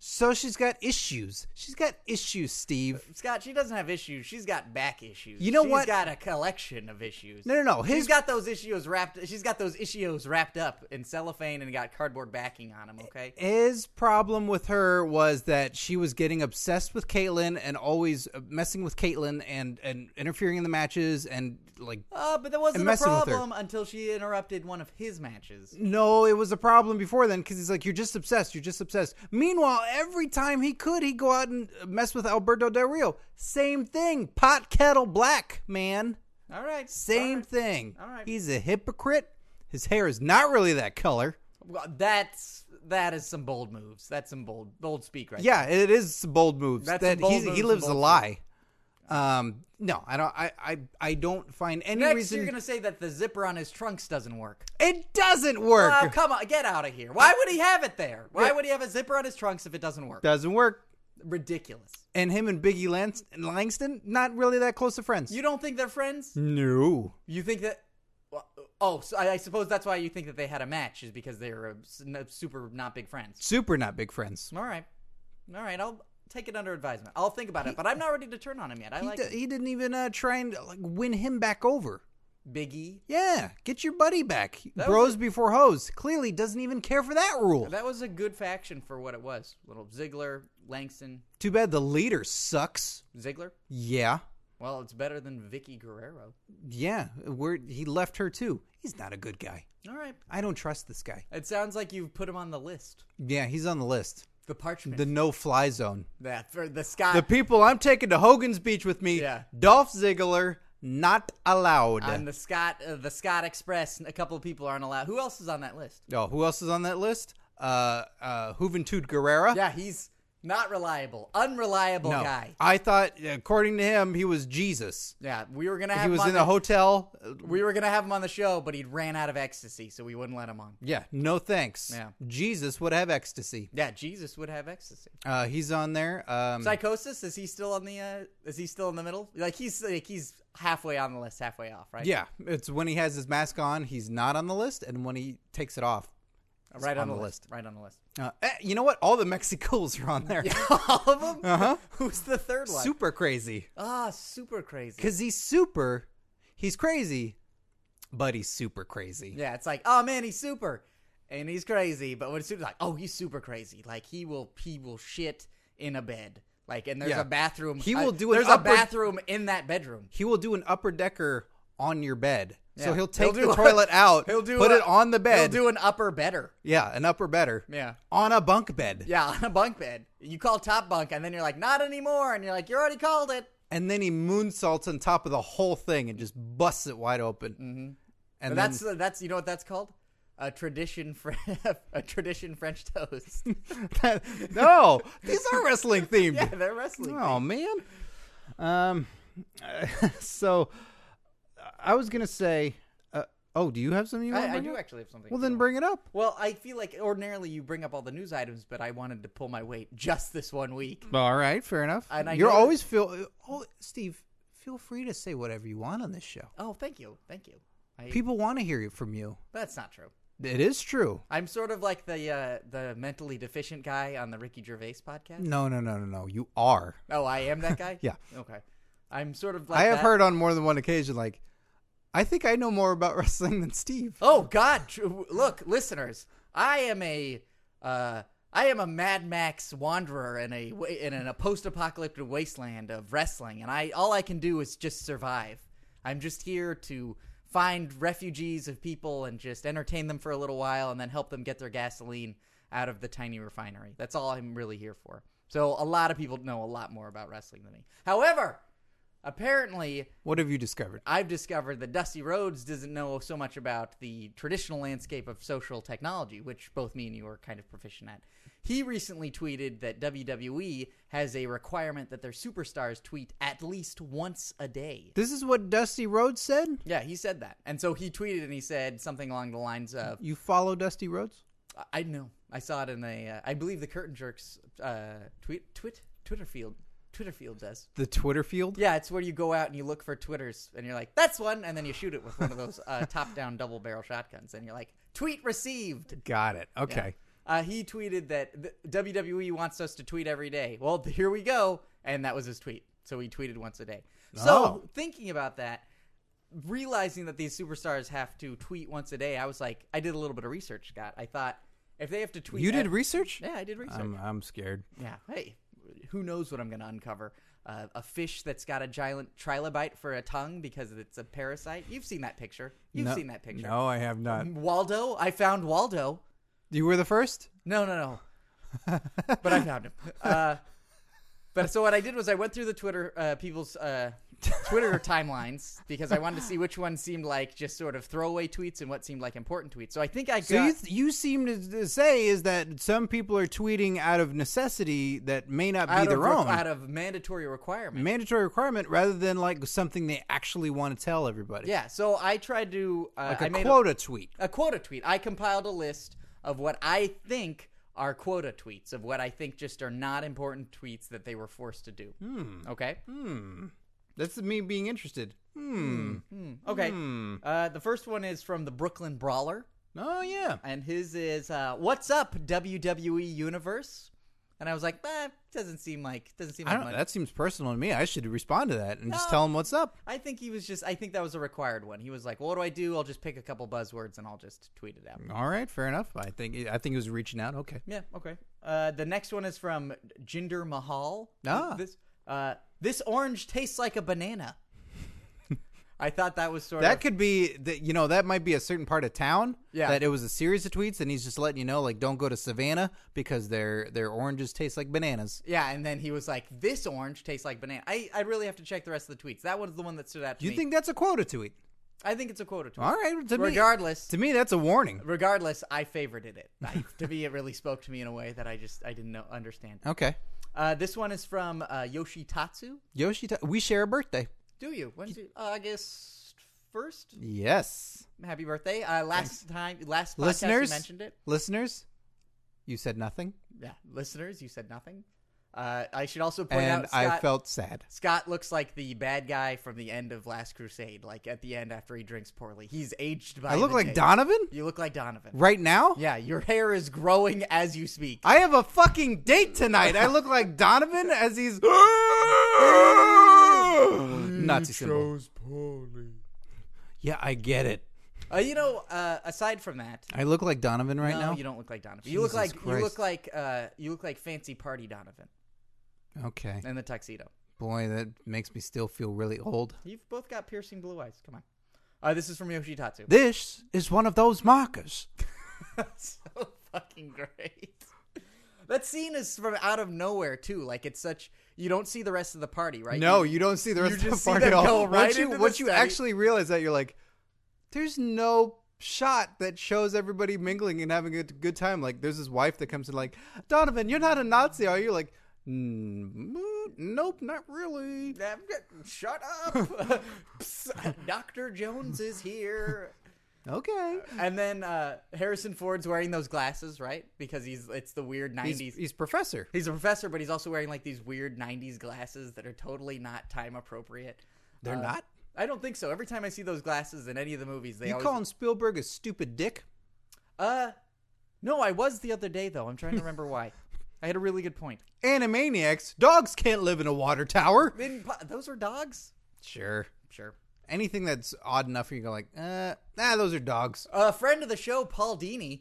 so she's got issues. She's got issues, Steve. Scott, she doesn't have issues. She's got back issues. You know She's what? got a collection of issues. No, no, no. she's His got those issues wrapped. She's got those issues wrapped up in cellophane and got cardboard backing on them. Okay. his problem with her was that she was getting obsessed with Caitlyn and always uh, messing with Caitlyn and and interfering in the matches and like. Uh, but that wasn't a messing with her. problem until she interrupted one of his matches. No, it was a problem before then because he's like, "You're just obsessed. You're just obsessed." Meanwhile, every time he could, he'd go out and uh, mess with Alberto Del Rio. Same thing, pot kettle black man. All right. Same all right. thing. All right. He's a hypocrite. His hair is not really that color. Well, that's that is some bold moves. That's some bold bold speak right Yeah, it is some bold moves. That's that some bold he's- moves, he some lives a bold lie. Um, no, I don't. I, I I don't find any there. Next, reason. you're gonna say that the zipper on his trunks doesn't work. It doesn't work. Oh, come on, get out of here. Why would he have it there? Why would he have a zipper on his trunks if it doesn't work? doesn't work. Ridiculous. And him and Biggie Lans- Langston not really that close of friends. You don't think they're Hmm. friends? no. You think that? well, Oh, so I, I suppose that's why you think that they had a match is because they were uh, s- n- super not big friends. Super not big friends. All right, all right. I'll take it under advisement. I'll think about it, but I'm not ready to turn on him yet. I He, like d- him. he didn't even uh, try and like win him back over. Big E. Yeah, get your buddy back. That was Bros before hoes. Clearly doesn't even care for that rule. That was a good faction for what it was. Little Ziggler, Langston, Too bad the leader sucks. Ziggler. Yeah. Well, it's better than Vicky Guerrero. Yeah, where he left her too. He's not a good guy. All right. I don't trust this guy. It sounds like you've put him on the list. Yeah, he's on the list. The parchment. The no fly zone. that for the Scott. The people I'm taking to Hogan's Beach with me. Yeah. Dolph Ziggler not allowed. on the Scott, uh, the Scott Express. A couple of people aren't allowed. Who else is on that list? oh, who else is on that list? Uh, uh, Juventud Guerrera. Yeah, he's not reliable, unreliable no. guy. I thought, according to him, he was Jesus. Yeah, we were gonna have He him was on in the, a hotel. Uh, we were gonna have him on the show, but he ran out of ecstasy, so we wouldn't let him on. Yeah, no thanks. Yeah. Jesus would have ecstasy. Yeah, Jesus would have ecstasy. Uh, he's on there. Um, Psychosis is he still on the? Uh, is he still in the middle? Like he's like he's halfway on the list, halfway off, right? Yeah, it's when he has his mask on, he's not on the list, and when he takes it off, right on on, the the list. Right on the list. <laughs> uh, eh, you know what? All the Mexicals are on there. All of them. Uh-huh. Who's the third one? Super crazy, Ah, super crazy. because he's super, he's crazy, but he's super crazy. Yeah, it's like, oh man, he's super, and he's crazy. But when it's super, like, oh, he's super crazy. Like he will, he will shit in a bed. Like, and there's Yeah. a bathroom. He I- will do an There's upper- a bathroom in that bedroom. He will do an upper decker on your bed, so Yeah. he'll take He'll do the <laughs> a- toilet out, he'll do put a- it on the bed. He'll do an upper bedder. yeah, an upper better. Yeah. on a bunk bed, Yeah, <laughs> on a bunk bed. You call top bunk, and then you're like, not anymore, and you're like, you already called it. and then he moonsaults on top of the whole thing and just busts it wide open. Mm-hmm. And And then- <laughs> that's that's you know what that's called? A tradition, fr- <laughs> a tradition French toast. <laughs> no, these are wrestling themed. yeah, they're wrestling. Oh man. Um. <laughs> so, I was gonna say. Uh, oh, do you have something you want? to I, I bring do up? actually have something. Well, to then do. bring it up. Well, I feel like ordinarily you bring up all the news items, but I wanted to pull my weight <laughs> just this one week. All right, fair enough. And I You're know- always feel. Oh, Steve, feel free to say whatever you want on this show. Oh, thank you, thank you. I, People want to hear it from you. that's not true. It is true. I'm sort of like the uh, the mentally deficient guy on the Ricky Gervais podcast. No, no, no, no, no. You are. Oh, I am that guy. <laughs> Yeah. Okay. I'm sort of like. I have that. heard on more than one occasion, like, I think I know more about <laughs> wrestling than Steve. Oh God! True. Look, listeners, I am a. Uh, I am a Mad Max wanderer in a wa- in a post-apocalyptic wasteland of wrestling, and I all I can do is just survive. I'm just here to find refugees of people and just entertain them for a little while, and then help them get their gasoline out of the tiny refinery. That's all I'm really here for. So a lot of people know a lot more about wrestling than me. However, apparently What have you discovered? I've discovered that Dusty Rhodes doesn't know so much about the traditional landscape of social technology, which both me and you are kind of proficient at. He recently tweeted that WWE has a requirement that their superstars tweet at least once a day. This is what Dusty Rhodes said. Yeah, he said that. And so he tweeted and he said something along the lines of You follow Dusty Rhodes? I- I know. I saw it in a uh, I believe the Curtain Jerks uh tweet tweet Twitter field Twitter field does. The Twitter field? Yeah, it's where you go out and you look for Twitters and you're like, that's one. And then you shoot <laughs> it with one of those uh, top down double barrel shotguns and you're like, tweet received. Got it. Okay. Uh, he tweeted that the WWE wants us to tweet every day. Well, here we go. And that was his tweet. So he tweeted once a day. So Oh. thinking about that, realizing that these superstars have to tweet once a day, I was like, I did a little bit of research, Scott. I thought if they have to tweet, You did ev- research? yeah, I did research. I'm, I'm scared. Yeah. Hey, who knows what I'm going to uncover? Uh, a fish that's got a giant trilobite for a tongue because it's a parasite. You've seen that picture. You've No- seen that picture. Mm-hmm. No, I have not. Waldo. I found Waldo. You were the first? No, no, no. but <laughs> I found him. Uh, but so what I did was I went through the Twitter uh, people's uh, <laughs> Twitter timelines because I wanted to see which one seemed like just sort of throwaway tweets and what seemed like important tweets. So I think I got. So you, th- you seem to, to say is that some people are tweeting out of necessity that may not be out their of, re- own. out of mandatory requirement. mandatory requirement rather than like something they actually want to tell everybody. Yeah, so I tried to uh, Like I a made quota tweet. a quota tweet. I compiled a list of what I think are quota tweets, of what I think just are not important tweets that they were forced to do. Hmm. Okay. That's me being interested. Hmm. Okay. Uh, the first one is from the Brooklyn Brawler, Oh yeah. and his is uh, "What's up WWE Universe?" And I was like, "That doesn't seem like doesn't seem I like don't. much." That seems personal to me. I should respond to that and just No. tell them what's up. I think he was just. I think that was a required one. He was like, "What do I do? I'll just pick a couple buzzwords and I'll just tweet it out." All right, fair enough. I think I think he was reaching out. Okay. Yeah. Okay. Uh, the next one is from Jinder Mahal. Ah. This uh, this orange tastes like <laughs> a banana. I thought that was sort That of could be that. You know, that might be a certain part of town. Yeah. That it was a series of tweets, and he's just letting you know, like, don't go to Savannah because their their oranges taste like bananas. yeah. And then he was like, "This orange tastes like banana." I I really have to check the rest of the tweets. That one's the one that stood out to You me. think that's a quota tweet? I think it's a quota tweet. All right. To me, Regardless, to me, that's a warning. regardless, I favorited it. <laughs> I, to me, it really spoke to me in a way that I just I didn't know, understand. Okay. Uh, this one is from uh, Yoshitatsu. Yoshi, we share a birthday. Do you? When's it? Uh, August first. Yes. Happy birthday! Uh, last time, last podcast Listeners? you mentioned it. Listeners, you said nothing, Yeah, listeners, you said nothing. Uh, I should also point and out Scott, I felt sad. Scott looks like the bad guy from the end of Last Crusade. Like at the end, after he drinks poorly, he's aged by. I look the like day. Donovan You look like Donovan. right now. Yeah, your hair is growing as you speak. I have a fucking date tonight. I look like Donovan as <laughs> he's Nazi symbol. Yeah, I get it. Uh, you know, uh, aside from that, I look like Donovan right no, now. you don't look like Donovan. you look Jesus like you Christ. look like uh, you look like fancy party Donovan Okay, in the tuxedo. boy, that makes me still feel really old. You've both got piercing blue eyes. Come on. Uh, this is from Yoshitatsu. This is one of those markers. <laughs> so fucking great. That scene is from out of nowhere too. Like it's such you don't see the rest of the party, right? No, You- you don't see the rest just of the see part them at all. go right once you, into the once you study. actually realize that, you're like, there's no shot that shows everybody mingling and having a good time. Like, there's his wife that comes in, like, Donovan, you're not a Nazi, are you? Like, "Mm, nope, not really. Um, shut <laughs> up. <laughs> Psst, Dr. Jones is here. Okay. And then uh, Harrison Ford's wearing those glasses, right? Because he's it's the weird 90s. He's, He's, he's professor. a professor, but he's also wearing like these weird 90s glasses that are totally not time appropriate. They're Uh, not. I don't think so. Every time I see those glasses in any of the movies, they You always calling Spielberg a stupid dick? Uh, no, I was the other day though. I'm trying to remember why. I had a really good point. Animaniacs, dogs can't live in a water tower. <laughs> Then po- those are dogs. Sure. Sure. Anything that's odd enough, you go like, uh, nah, those are dogs. A friend of the show, Paul Dini.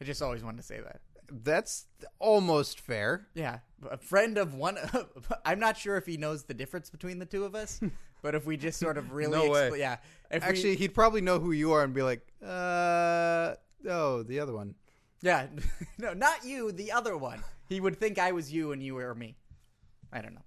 I just always wanted to say that. That's almost fair. Yeah, a friend of <laughs> one. I'm not sure if he knows the difference between the two of <laughs> us, but if we just sort of really, No way. expl- yeah, if we- Actually, he'd probably know who you are and be like, uh, oh, the other one. <laughs> yeah, <laughs> no, not you, the other one. He would think I was you and you were me. I don't know.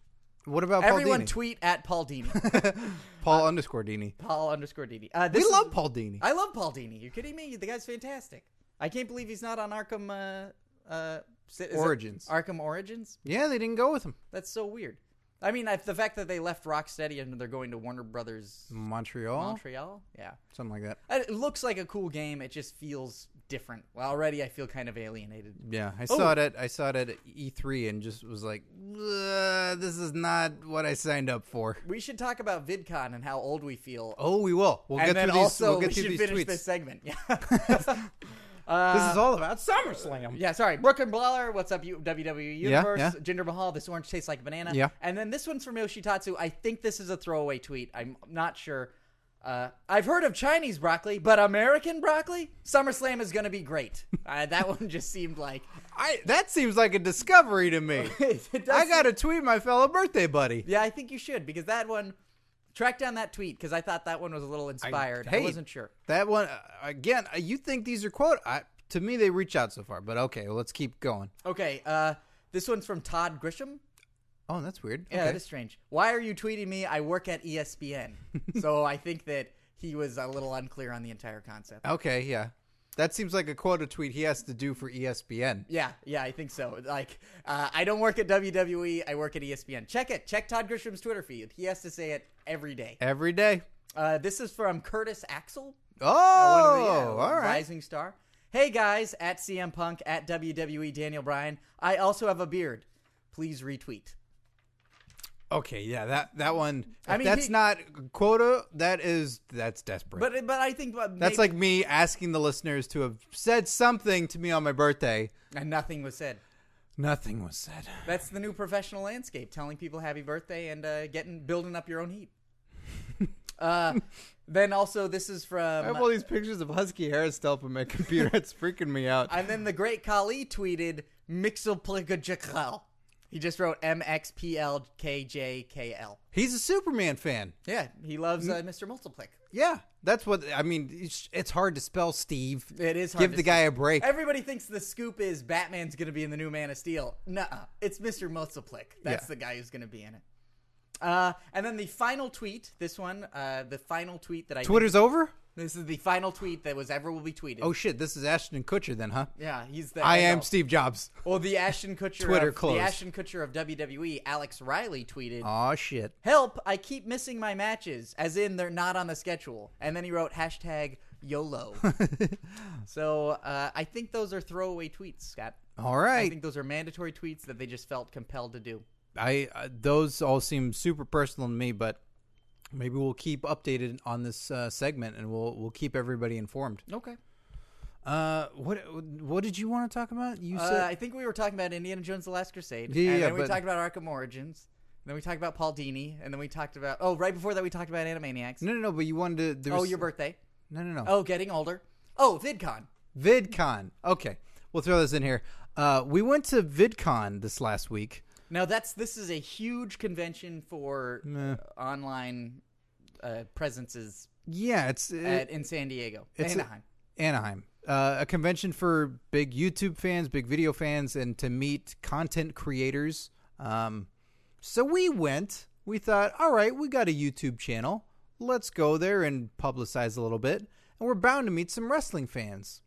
What about Everyone Paul Dini? tweet at Paul <laughs> Dini. <laughs> Paul underscore Dini. Paul underscore Dini. Uh, We this is- love Paul Dini. I love Paul Dini. You kidding me? The guy's fantastic. I can't believe he's not on Arkham uh, uh, si- is it Origins. Arkham Origins. yeah, they didn't go with him. That's so weird. I mean, if the fact that they left Rocksteady and they're going to Warner Brothers Montreal, Montreal. Yeah, something like that. And it looks like a cool game. It just feels different. Well, already I feel kind of alienated. Yeah, I Oh. saw it at I saw it at E3 and just was like, "Uh, this is not what I signed up for. We should talk about VidCon and how old we feel. Oh, we will. We'll and get then through these. also We'll get we through <laughs> <laughs> should these finish tweets. this segment. Yeah. Uh, This is all about SummerSlam. yeah, sorry. Brooklyn Brawler, what's up, you WWE Universe? yeah. Jinder Mahal, this orange tastes like a banana. Yeah. And then this one's from Yoshitatsu. I think this is a throwaway tweet. I'm not sure. Uh, I've heard of Chinese broccoli, but American broccoli? SummerSlam is going to be great. <laughs> Uh, that one just seemed like. I, that seems like a discovery to me. <laughs> It does I got to tweet my fellow birthday buddy. Yeah, I think you should because that one. Track down that tweet because I thought that one was a little inspired. I, hey. wasn't sure. That one uh, again. uh, You think these are quote? I, to me, they reach out so far, but okay, well, let's keep going. Okay, uh, this one's from Todd Grisham. Oh, that's weird. Yeah, okay. that is strange. Why are you tweeting me? I work at E ESPN. <laughs> so I think that he was a little unclear on the entire concept. okay, yeah. That seems like a quote a tweet he has to do for E ESPN. Yeah, yeah, I think so. Like, uh, I don't work at WWE. I work at E ESPN. Check it. Check Todd Grisham's Twitter feed. He has to say it every day. Every day. Uh, this is from Curtis Axel. Oh, all right. uh, Rising star. Hey guys, at CM Punk, at WWE Daniel Bryan. I also have a beard. Please retweet. Okay, yeah, that that one. If mean, that's he- not quota. That is that's desperate. But but I think uh, that's maybe- like me asking the listeners to have said something to me on my birthday. and nothing was said. Nothing was said. That's the new professional landscape: telling people happy birthday and uh, getting building up your <laughs> own heat. uh, then also, this is from I have all these pictures of husky hair stuff on my <laughs> computer. It's freaking me out. and then the great Kali tweeted Mixopligajakal. He just wrote M X P L K J K L. He's a Superman fan. Yeah, he loves uh, Mr. Multiplic. Yeah, that's what I mean. It's, it's hard to spell Steve. It is hard Give to the say. guy a break. Everybody thinks the scoop is Batman's going to be in the new Man of Steel. Nuh It's Mr. Multiplic. That's Yeah. the guy who's going to be in it. Uh, and then the final tweet, this one, uh, the final tweet that I Twitter's over. This is the final tweet that was ever will be tweeted. Oh shit! This is Ashton Kutcher then, huh? yeah, he's the I am know. Steve Jobs. Well, the Ashton Kutcher Twitter of, closed. The Ashton Kutcher of WWE, Alex Riley tweeted, Oh shit! "Help! I keep missing my matches, as in they're not on the schedule." And then he wrote hashtag <laughs> YOLO. so uh, I think those are throwaway tweets, Scott. All I right, think those are mandatory tweets that they just felt compelled to do. I uh, those all seem super personal to me, but maybe we'll keep updated on this uh, segment and we'll we'll keep everybody informed. Okay. Uh, what what did you want to talk about? You Uh, I said think we were talking about Indiana Jones: The Last Crusade, Yeah, and yeah, then we but- talked about Arkham Origins. And then we talked about Paul Dini, and then we talked about oh, right before that we talked about Animaniacs. no, no, no. But you wanted to. there oh, was- your birthday. No, no, no. Oh, getting older. Oh, VidCon. VidCon. Okay, we'll throw this in here. Uh, we went to VidCon this last week. Now that's this is a huge convention for uh, online uh, presences Yeah, it's it- at, in San Diego, it's a- Anaheim. Anaheim, uh, a convention for big YouTube fans, big video fans, and to meet content creators. Um, so we went. We thought, all right, we got a YouTube channel. Let's go there and publicize a little bit. And we're bound to meet some wrestling fans.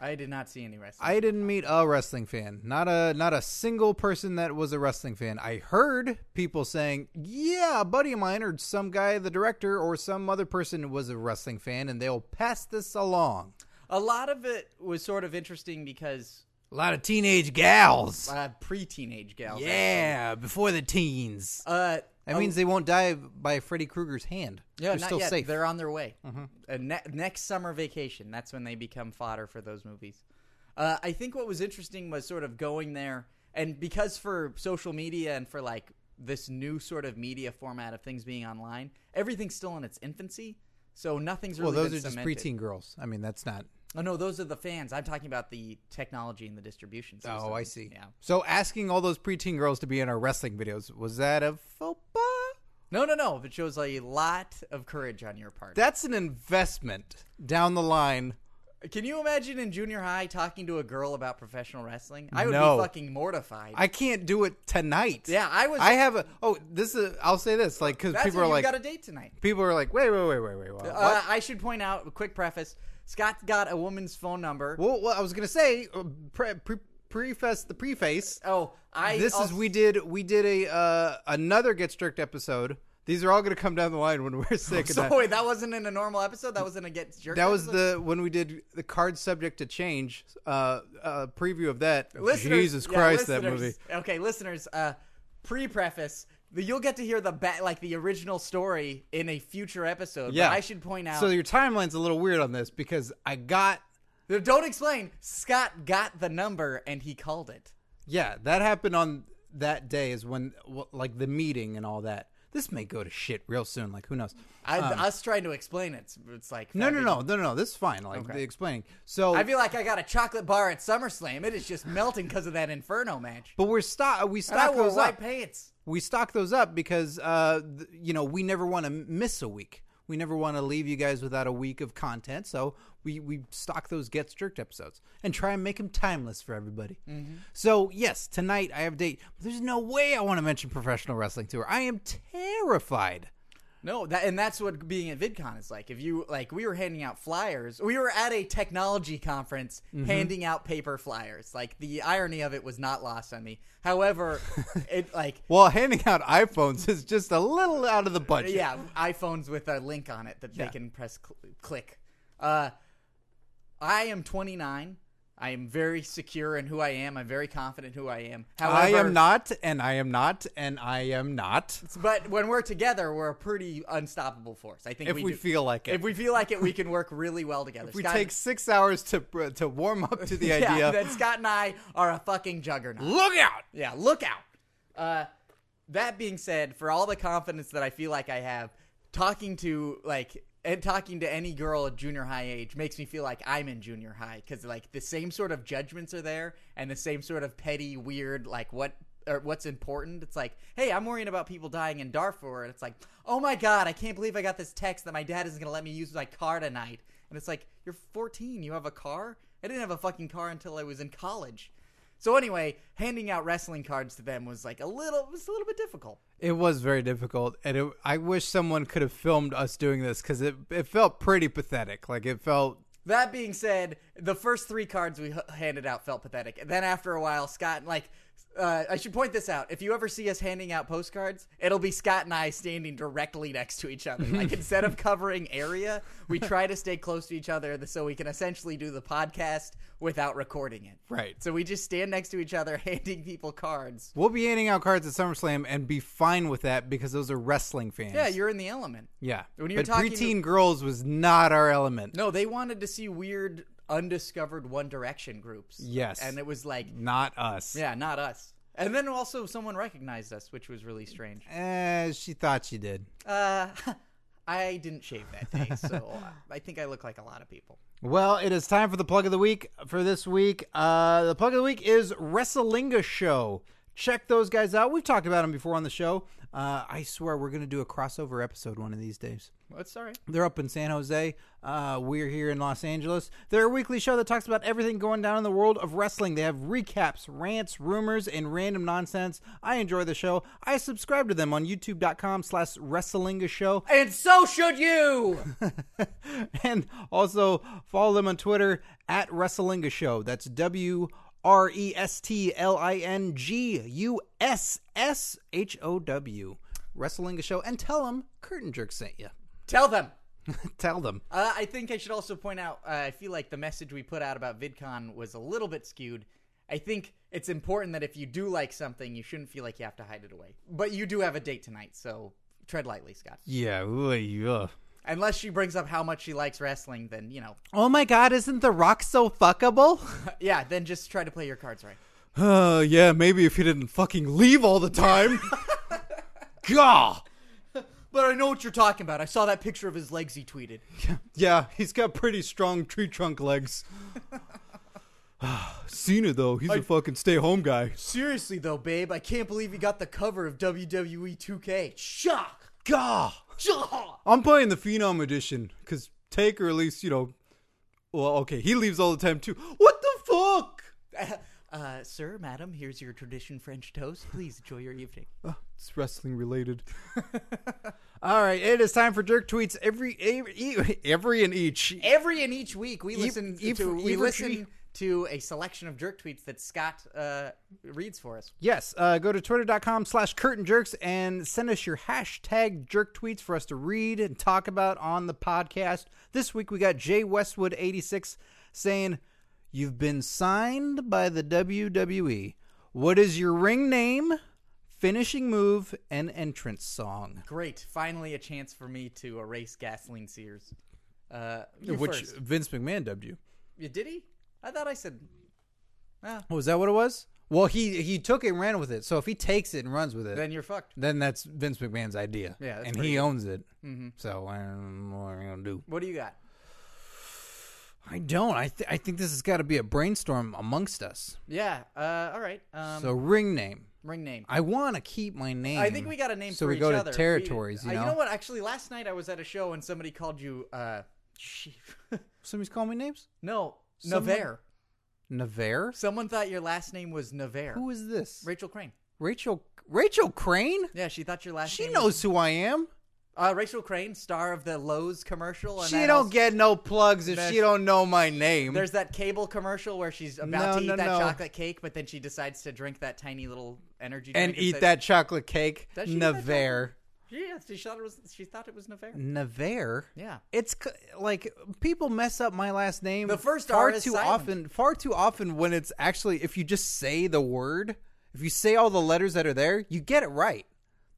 I did not see any wrestling. I didn't meet a wrestling fan. Not a not a single person that was a wrestling fan. I heard people saying, "Yeah, a buddy of mine or some guy, the director, or some other person was a wrestling fan, and they'll pass this along." a lot of it was sort of interesting because A lot of teenage gals. uh, pre-teenage gals. Yeah, before the teens. Uh, That a- means they won't die by Freddy Krueger's hand. yeah, They're not still yet. safe. Mm-hmm. They're on their way. Uh, ne- next summer vacation. That's when they become fodder for those movies. Uh, I think what was interesting was sort of going there, and because for social media and for like this new sort of media format of things being online, everything's still in its infancy. So nothing's well, really. those been are just cemented. preteen girls. I mean, that's not. Oh no, those are the fans. I'm talking about the technology and the distribution. System. Oh, I see. Yeah. So asking all those preteen girls to be in our wrestling videos was that a faux pas? No, no, no. It shows a lot of courage on your part. That's an investment down the line. Can you imagine in junior high talking to a girl about professional wrestling? I would No. be fucking mortified. I can't do it tonight. yeah, I was. I have a. Oh, this is. I'll say this, like, because that's people what are you like, got a date tonight. people are like, wait, wait, wait, wait, wait. What? Uh, I should point out a quick preface. Scott got a woman's phone number. well, well, I was gonna say, uh, pre- pre- preface the preface. Oh, I. this is also- <laughs> we did we did a uh, another get strict episode. These are all going to come down the line when we're <laughs> sick. and So that- wait, that wasn't in a normal episode. That was in a get jerk. that was episode? the when we did the card subject to change uh, uh, preview of that. Listeners- Jesus yeah, Christ, that listeners- movie. Okay, listeners. Uh, pre-preface. the- You'll get to hear the ba- like the original story in a future episode. but Yeah, I should point out. So your timeline's a little weird on this because I got Don't explain. Scott got the number and he called it. Yeah, that happened on that day is when wh- like the meeting and all that. This may go to shit real soon. Like who knows? I, us trying to explain it's it's like No, no, fucking- no, no, no. This is fine. Like Okay. the explaining. So, I feel like I got a chocolate bar at SummerSlam. It is just melting because of that Inferno match. but we're stock. We And I stock wore those white up. pants. we stock those up because uh, th- you know we never want to miss a week. We never want to leave you guys without a week of content, so we, we stock those Gets Jerked episodes and try and make them timeless for everybody. Mm-hmm. So yes, tonight I have a date. But there's no way I want to mention professional wrestling to her. I am terrified. No, that and that's what being at VidCon is like. If you like, we were handing out flyers. We were at a technology conference Mm-hmm. handing out paper flyers. Like the irony of it was not lost on me. <laughs> However, it like Well, <laughs> handing out iPhones is just a little out of the budget. <laughs> yeah, iPhones with a link on it that Yeah. they can press cl- click. Uh, I am 29. I am very secure in who I am. I'm very confident who I am. However, I am not, and I am not, and I am not. But when we're together, we're a pretty unstoppable force. I think If we do- feel like it. If we feel like it, we can work really well together. We Scott- take six hours to uh, to warm up to the <laughs> yeah, idea. that Scott and I are a fucking juggernaut. Look out! Yeah, look out. Uh, that being said, for all the confidence that I feel like I have, talking to like and talking to any girl at junior high age makes me feel like I'm in junior high because like the same sort of judgments are there and the same sort of petty, weird like what or what's important. It's like, hey, I'm worrying about people dying in Darfur, and it's like, oh my god, I can't believe I got this text that my dad isn't gonna let me use my car tonight. And it's like, you're 14, you have a car. I didn't have a fucking car until I was in college. So anyway, handing out wrestling cards to them was like a little was a little bit difficult. It was very difficult, and it, I wish someone could have filmed us doing this because it it felt pretty pathetic. Like it felt That being said, the first three cards we h- handed out felt pathetic. And then after a while, Scott like uh, I should point this out. If you ever see us handing out postcards, it'll be Scott and I standing directly next to each other. Like instead of covering area, we try to stay close to each other so we can essentially do the podcast without recording it. Right. So we just stand next to each other <laughs> handing people cards. we'll be handing out cards at SummerSlam and be fine with that because those are wrestling fans. Yeah, you're in the element. yeah. When you're but talking to- preteen girls was not our element. No, they wanted to see weird, undiscovered One Direction groups. Yes. And it was like, Not us. yeah, not us. And then also someone recognized us, which was really strange. Eh, she thought she did. Uh, <laughs> I didn't shave that day, so I think I look like a lot of people. Well, it is time for the plug of the week for this week. Uh, the plug of the week is Wrestlinga Show. Check those guys out. We've talked about them before on the show. Uh, I swear we're going to do a crossover episode one of these days. That's all right. They're up in San Jose. Uh, we're here in Los Angeles. They're a weekly show that talks about everything going down in the world of wrestling. They have recaps, rants, rumors, and random nonsense. I enjoy the show. I subscribe to them on youtube.com slash wrestlinga show. And so should you! <laughs> <laughs> and also follow them on Twitter at Wrestlinga Show. That's W R E S T L I N G U S S H O W. Wrestlinga Show. And tell them Curtain Jerk sent you. Tell them. <laughs> Tell them. Uh, I think I should also point out. Uh, I feel like the message we put out about VidCon was a little bit skewed. I think it's important that if you do like something, you shouldn't feel like you have to hide it away. But you do have a date tonight, so tread lightly, Scott. Yeah. ooh, yeah. Unless she brings up how much she likes wrestling, then you know, Oh my god, isn't The Rock so fuckable? yeah, then just try to play your cards right. <laughs> Uh, yeah, maybe if he didn't fucking leave all the <laughs> time. Gah! But I know what you're talking about. I saw that picture of his legs he tweeted. Yeah, he's got pretty strong tree trunk legs. <sighs> Cena, though, he's a fucking stay home guy. Seriously though, babe, I can't believe you got the cover of E WWE 2K. Shock! Gah! Shock! I'm playing the Phenom Edition, because Taker at least, you know. Well, okay, he leaves all the time, too. What the fuck? Uh, sir, madam, here's your tradition French toast. Please enjoy your evening. It's wrestling related. <laughs> all right, it is time for jerk tweets every, every, every and each. Every and each week, we listen ev- to we every- listen to a selection of jerk tweets that Scott uh, reads for us. Yes, uh, go to twitter.com slash curtain jerks and send us your hashtag jerk tweets for us to read and talk about on the podcast. This week we got Jay Westwood86 saying, You've been signed by the WWE. What is your ring name, finishing move, and entrance song? Great, finally a chance for me to erase Gasoline Sears. Uh, you Which first. Vince McMahon dubbed you. You did he? I thought I said. Ah, Oh, is that what it was? Well, he he took it and ran with it. So if he takes it and runs with it, then, then you're fucked. that's Vince McMahon's idea. Yeah, that's and pretty he good. owns it. Mm-hmm. So I don't know what I'm gonna do. What do you got? I don't. I th- I think this has got to be a brainstorm amongst us. Yeah. Uh, all right. Um, so ring name. ring name. I want to keep my name. I think we got a name So for we each go to other. territories. We- you, know? uh, you know what? Actually, last night I was at a show and somebody called you. Uh, shit. Somebody's calling me names. <laughs> no, Someone- Navarre. Navarre. Someone thought your last name was Navarre. Who is this? Rachel Crane. Rachel. Rachel Crane. Yeah, she thought your last She name. knows who I am. Was, uh, Rachel Crane, star of the Lowe's commercial. And She that don't also- get no plugs if That's- she don't know my name. <laughs> There's that cable commercial where she's about No, to eat no, that no. chocolate cake, but then she decides to drink that tiny little energy drink and eat say- that chocolate cake. Does she eat that Navarre. Yeah, she thought it was. She thought it was Navarre. Navarre. Yeah. It's c- like people mess up my last name. The first far R is too silent. often. Far too often when it's actually if you just say the word, if you say all the letters that are there, you get it right.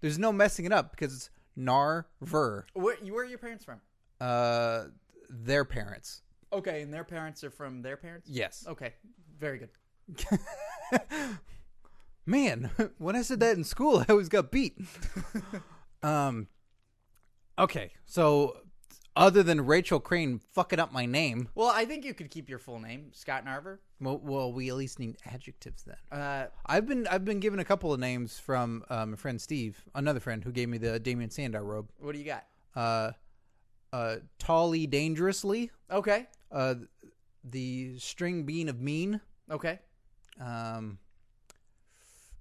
There's no messing it up because it's Narver. Where, where are your parents from? Uh, their parents. Oh, Okay, and their parents are from their parents. Yes. Okay, very good. Man, <laughs> when I said that in school, <laughs> I always got beat. um, okay, so other than Rachel Crane fucking up my name, Well, I think you could keep your full name, Scott Narver. well, well we at least need adjectives then. Uh, I've been I've been given a couple of names from um, a friend Steve, another friend who gave me the Damien Sandow robe. what do you got? Uh, uh, Tolly dangerously, Okay, uh, the string bean of mean. okay. Um,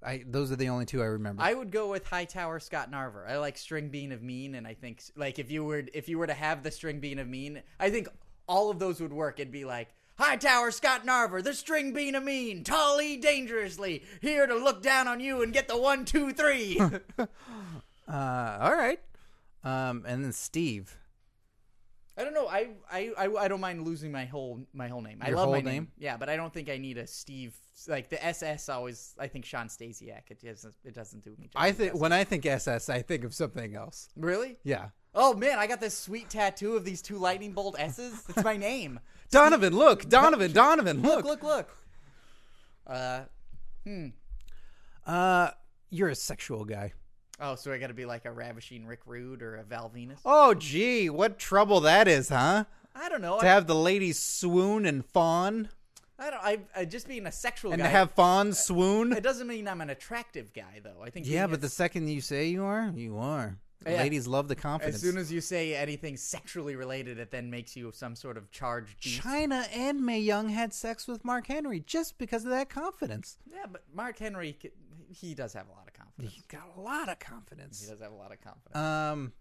I those are the only two I remember. I would go with Hightower Scott Narver. I like String Bean of Mean, and I think like if you were if you were to have the String Bean of Mean, I think all of those would work. It'd be like Hightower Scott Narver, the String Bean of Mean, tally dangerously, here to look down on you and get the one two three. <laughs> Uh, all right. Um, and then Steve. I don't know. I, I I I don't mind losing my whole my whole name. I Your love my whole name. name? Yeah, but I don't think I need a Steve. Like the SS always. I think Sean Stasiak. It doesn't. It doesn't do me. I justice. think when I think SS, I think of something else. Really? Yeah. Oh man, I got this sweet tattoo of these two lightning bolt S's. It's my name. Donovan, look, Donovan, Donovan, <laughs> Look, look. look, look. Uh Uh, you're a sexual guy. oh, so I got to be like a ravishing Rick Rude or a Val Venus. Oh, gee, what trouble that is, huh? I don't know. To I, have the ladies swoon and fawn, I don't. I, I just being a sexual and guy. to have fawn swoon. it doesn't mean I'm an attractive guy though. I think Yeah, being but the second you say you are, you are. Yeah. Ladies love the As confidence. soon as you say anything sexually related, it then makes you some sort of charged beast. China and Mae Young had sex with Mark Henry just because of that confidence. Yeah, but Mark Henry, c- he does have a lot of confidence. He's got a lot of He confidence. does have a lot of confidence. Um,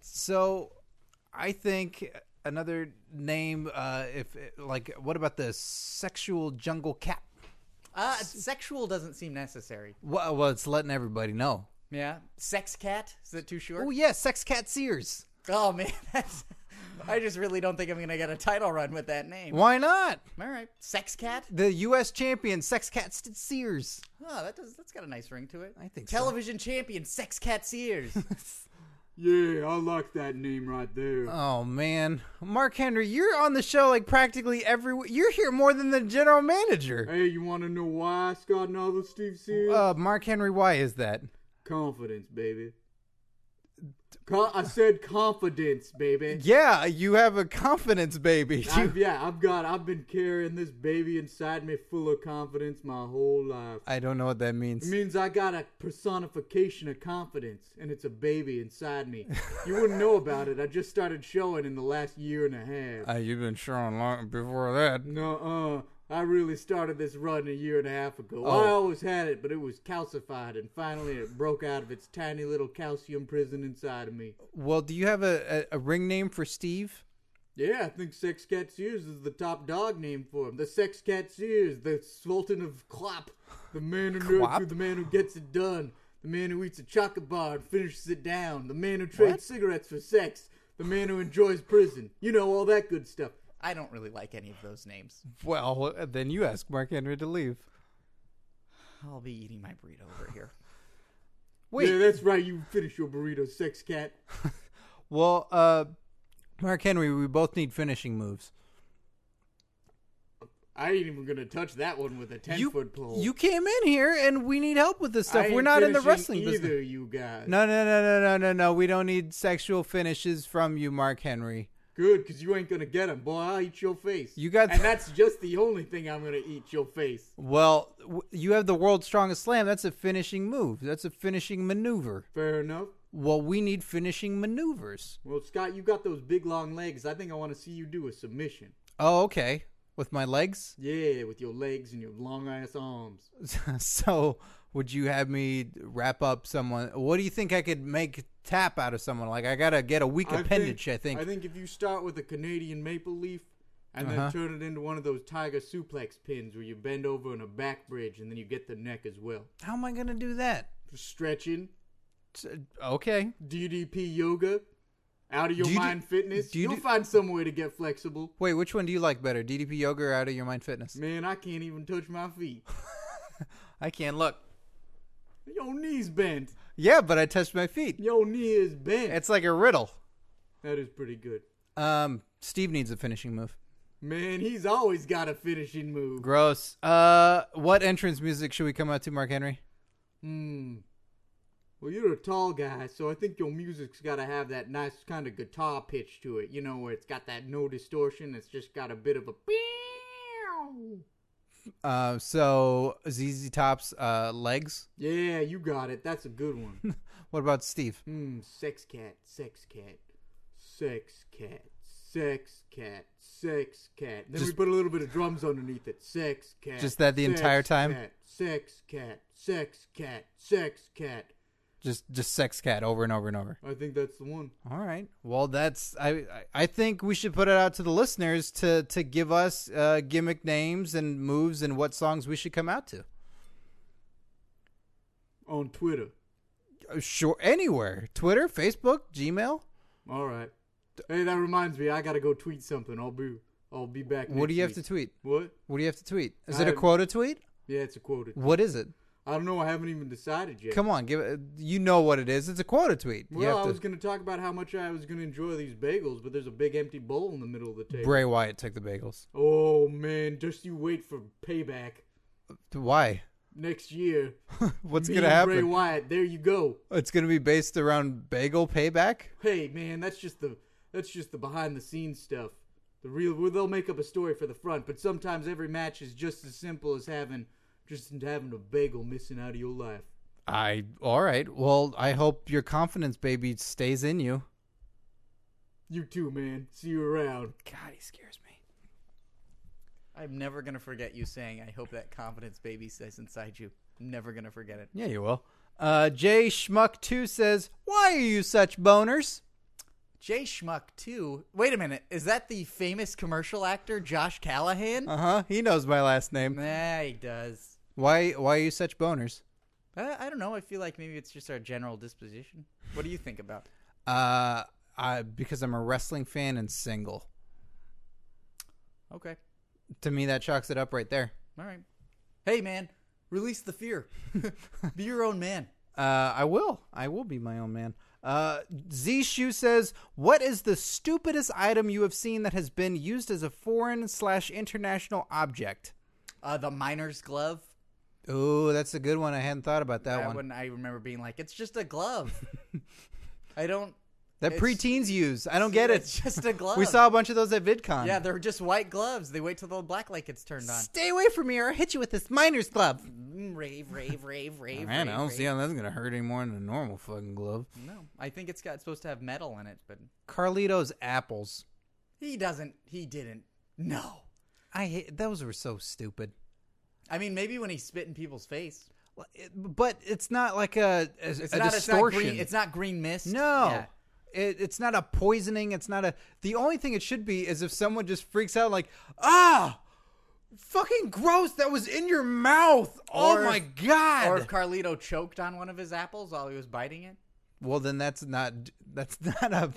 so I think another name, uh, if like, what about the sexual jungle cat? Uh, sexual doesn't seem necessary. Well, well it's letting everybody know. Yeah, sex cat is that too short? Oh yeah, sex cat Sears. Oh man, <laughs> that's. I just really don't think I'm gonna get a title run with that name. Why not? All right, sex cat. The U.S. champion, sex cat St- Sears. Oh, that does. That's got a nice ring to it. I think so. Television champion, sex cat Sears. Yeah, I like that name right there. Oh man, Mark Henry, you're on the show like practically every. w- You're here more than the general manager. hey, you want to know why Scott Novel Steve Sears? Uh, Mark Henry, why is that? confidence, baby. Co- I said confidence, baby. Yeah, you have a confidence, baby. I've, yeah, I've got. I've been carrying this baby inside me, full of confidence, my whole life. I don't know what that means. It means I got a personification of confidence, and it's a baby inside me. You wouldn't know about it. I just started showing in the last year and a half. Uh, you've been showing long before that. No, uh, I really started this run a year and a half ago. I Oh. always had it, but it was calcified, and finally it broke out of its tiny little calcium prison inside of me. Well, do you have a, a, a ring name for Steve? Yeah, I think Sex Cat Sears is the top dog name for him. The Sex Cat Sears, the Sultan of Clop, the man who knows Clop? who, the man who gets it done, the man who eats a chocolate bar and finishes it down, the man who trades cigarettes for sex, the man who enjoys prison. You know all that good stuff. <laughs> I don't really like any of those names. Well, then you ask Mark Henry to leave. I'll be eating my burrito over here. Wait. Yeah, that's right. You finish your burrito, Sex Cat. Well, uh, Mark Henry, we both need finishing moves. I ain't even gonna touch that one with a ten You, foot pole. you came in here and we need help with this I stuff. We're ain't not in the finishing wrestling either, business. you guys. No, no, no, no, no, no, no. We don't need sexual finishes from you, Mark Henry. Good, because you ain't gonna get him, boy. I'll eat your face. You got- and that's just the only thing I'm gonna eat your face. Well, w- you have the world's strongest slam. That's a finishing move. That's a finishing maneuver. Fair enough. Well, we need finishing maneuvers. Well, Scott, you got those big long legs. I think I want to see you do a submission. Oh, okay. With my legs? <laughs> Yeah, with your legs and your long ass arms. so, would you have me wrap up someone? What do you think I could make tap out of someone? Like, I got to get a weak appendage, I think. I think if you start with a Canadian maple leaf and Uh-huh. then turn it into one of those tiger suplex pins where you bend over on a back bridge and then you get the neck as well. How am I going to do that? Stretching, T- Okay. DDP yoga, out of your Do you do- mind fitness. do you You'll do- find some way to get flexible. Wait, which one do you like better? DDP yoga or out of your mind fitness? Man, I can't even touch my feet. I can't look. Your knee's bent. Yeah, but I touched my feet. Your knee is bent. It's like a riddle. that is pretty good. Um, Steve needs a finishing move. Man, he's always got a finishing move. Gross. Uh, what entrance music should we come out to, Mark Henry? Hmm. Well, you're a tall guy, so I think your music's got to have that nice kind of guitar pitch to it. You know, where it's got that no distortion. It's just got a bit of a. pew. Uh, so ZZ Top's uh legs. Yeah, you got it. That's a good one. What about Steve? Hmm. Sex cat. Sex cat. Sex cat. Sex cat. Sex cat. Then we Just- put a little bit of drums underneath it. Sex cat. Just that the sex entire time? Cat, sex cat. Sex cat. Sex cat. Just just sex cat over and over and over. I think that's the one. All right. Well, that's I I- I think we should put it out to the listeners to to give us uh gimmick names and moves and what songs we should come out to. On Twitter. Uh, Sure, anywhere, Twitter, Facebook, Gmail. All right. Hey, that reminds me. I gotta go tweet something. I'll be I'll be back. What do you have to tweet? What? What do you have to tweet? Is it I a have- quota tweet? Yeah, it's a quoted. What is it? I don't know. I haven't even decided yet. Come on, give it. You know what it is. It's a quota tweet. You have well, I to- was gonna talk about how much I was gonna enjoy these bagels, but there's a big empty bowl in the middle of the table. Bray Wyatt took the bagels. Oh man, just you wait for payback Why? <laughs> next year. What's Me gonna and Bray happen? Wyatt. There you go. It's gonna be based around bagel payback. Hey man, that's just the that's just the behind the scenes stuff. The real well, they'll make up a story for the front, but sometimes every match is just as simple as having just having a bagel missing out of your life. I all right. Well, I hope your confidence, baby, stays in you. You too, man. See you around. God, he scares me. I'm never gonna forget you saying, "I hope that confidence baby says inside you." Never gonna forget it. Yeah, you will. Uh, Jay Schmuck two says, "Why are you such boners?" Jay Schmuck too. Wait a minute, is that the famous commercial actor Josh Callahan? Uh huh. He knows my last name. nah, he does. Why? Why are you such boners? Uh, I don't know. I feel like maybe it's just our general disposition. What do you think about? Uh, I, because I'm a wrestling fan and single. Okay, To me, that chalks it up right there. all right. Hey man, release the fear. <laughs> be your own man. Uh, I will. I will be my own man. Uh, Z Shu says, "What is the stupidest item you have seen that has been used as a foreign slash international object?" Uh, the miner's glove. Oh, that's a good one. I hadn't thought about that That one. one I remember being like, it's just <laughs> a glove. I don't that it's- preteens use. I don't get It's it. just a glove. We saw a bunch of those at VidCon. Yeah, they're just white gloves. They wait till the black light gets turned on. Stay away from me, or I'll hit you with this miner's glove. Mm, Rave, rave, rave, rave. Man, rave, I don't rave. see how that's gonna hurt any more than a normal fucking glove. No, I think it's got it's supposed to have metal in it, but Carlito's apples. he doesn't. He didn't. No. I hate those. Were so stupid. I mean, maybe when he spit in people's face. Well, it- But it's not like a, a, It's a not distortion. It's not green, it's not green mist. No. Yeah. It, it's not a poisoning. It's not a. The only thing it should be is if someone just freaks out, like, ah, fucking gross, that was in your mouth. oh Or if- my God. Or if Carlito choked on one of his apples while he was biting it. well, then that's not. That's not a.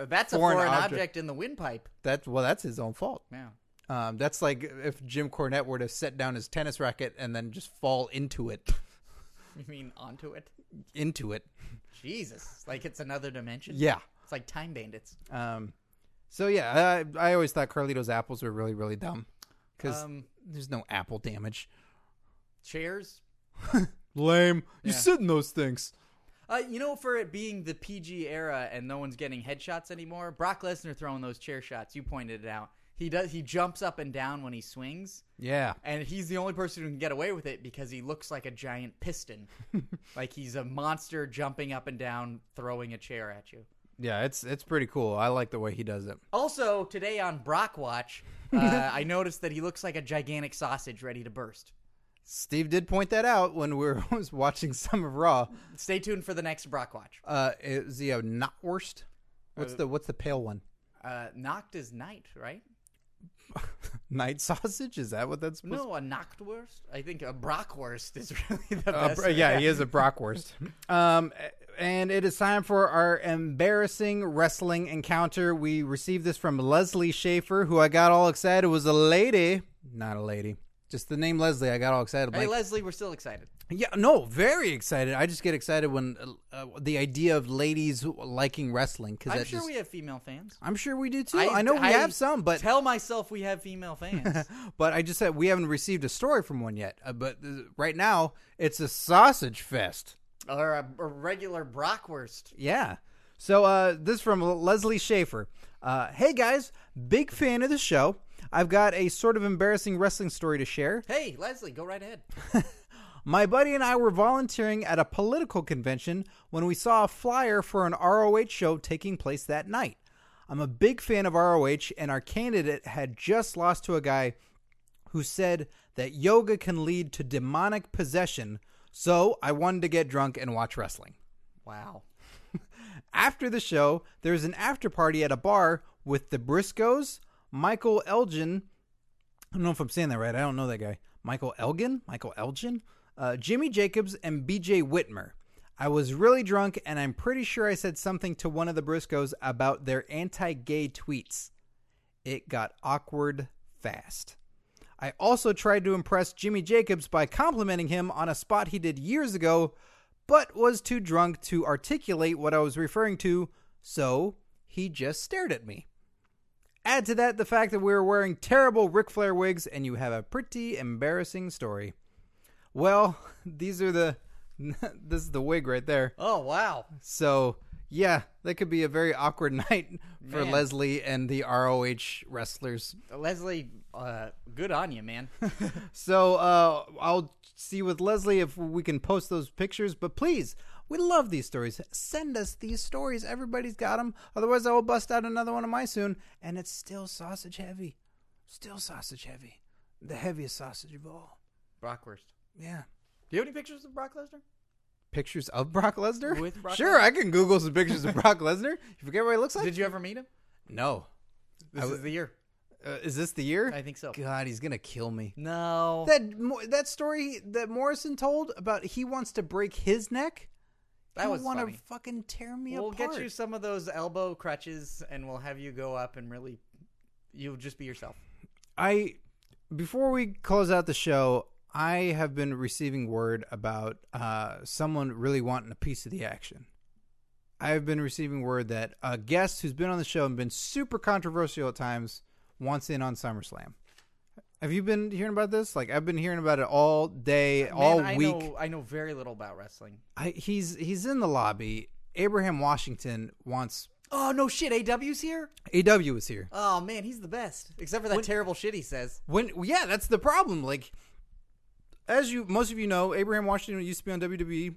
Uh, that's a Foreign foreign object. object. in the windpipe. That's, well, that's his own fault. Yeah. Um, that's like if Jim Cornette were to set down his tennis racket and then just fall into it. You mean onto it? into it. Jesus. Like it's another dimension? Yeah. It's like time bandits. Um, so, yeah, I, I always thought Carlito's apples were really, really dumb. because Um, there's no apple damage. chairs. Lame. You Yeah. sit in those things. Uh, you know, for it being the PG era and no one's getting headshots anymore, Brock Lesnar throwing those chair shots. You pointed it out. He does. He jumps up and down when he swings, Yeah. and he's the only person who can get away with it because he looks like a giant <laughs> piston, like he's a monster jumping up and down, throwing a chair at you. Yeah, it's it's pretty cool. I like the way he does it. Also, today on <laughs> Brock Watch, uh, I noticed that he looks like a gigantic sausage ready to burst. Steve did point that out when we <laughs> were was watching some of Raw. Stay tuned for the next Brock Watch. Uh, is he a not worst? What's the what's the pale one? <laughs> Uh, Noct is night, right? Night sausage? Is that what that's? Supposed No, a Noctwurst. I think a Brockwurst is <laughs> really the Uh, best. br- <laughs> yeah, he is a brockwurst. um, and it is time for our embarrassing wrestling encounter. We received this from Leslie Schaefer, who I got all excited. was a lady, not a lady. Just the name Leslie, I got all excited. Hey, like- Leslie, we're still excited. yeah, no, very excited. I just get excited when uh, uh, the idea of ladies liking wrestling because I'm that sure just, we have female fans. I'm sure we do too. I, know we I have some, but tell myself we have <laughs> female fans. but I just said we haven't received a story from one yet. Uh, but uh, right now, it's a sausage fest. or a, a regular Brockwurst. Yeah. So uh, this from Leslie Schaefer. Uh, hey guys, big fan of the show. I've got a sort of embarrassing wrestling story to share. Hey, Leslie, go right ahead. My buddy and I were volunteering at a political convention when we saw a flyer for an ROH show taking place that night. I'm a big fan of ROH, and our candidate had just lost to a guy who said that yoga can lead to demonic possession, so I wanted to get drunk and watch wrestling. Wow. After the show, there's an after party at a bar with the Briscoes, Michael Elgin. I don't know if I'm saying that right. I don't know that guy. Michael Elgin? Michael Elgin? Uh, Jimmy Jacobs and BJ Whitmer. I was really drunk, and I'm pretty sure I said something to one of the Briscoes about their anti gay tweets. It got awkward fast. I also tried to impress Jimmy Jacobs by complimenting him on a spot he did years ago, but was too drunk to articulate what I was referring to, so he just stared at me. Add to that the fact that we were wearing terrible Ric Flair wigs, and you have a pretty embarrassing story. Well, <laughs> these are the. This is the wig right there. Oh, wow. So, yeah, that could be a very awkward <laughs> night for Man. Leslie and the ROH wrestlers. Leslie, uh, good on you, man. <laughs> So uh, I'll see with Leslie if we can post those pictures. But please, we love these stories. Send us these stories. Everybody's got them. Otherwise, I will bust out another one of mine soon. And it's still sausage heavy. Still sausage heavy. The heaviest sausage of all. Brockwurst. Yeah. Do you have any pictures of Brock Lesnar? Pictures of Brock Lesnar? With Brock sure, I can Google some pictures of Brock Lesnar. You forget what he looks like? Did you ever meet him? no. This I is the year. Uh, is this the year? I <laughs> think so. God, he's gonna kill me. No. That Mo- that story that Morrison told about he wants to break his neck. That you was want to funny. fucking tear me We'll apart. get you some of those elbow crutches, and we'll have you go up and really, you'll just be yourself. I before we close out the show, I have been receiving word about uh, someone really wanting a piece of the action. I have been receiving word that a guest who's been on the show and been super controversial at times wants in on SummerSlam. Have you been hearing about this? Like I've been hearing about it all day, all Man, I week. Know, I know very little about wrestling. I, he's he's in the lobby. Abraham Washington wants Oh no, shit! AW's here. AW is here. Oh man, he's the best. Except for that terrible shit he says. When yeah, that's the problem. Like as you most of you know, Abraham Washington used to be on WWE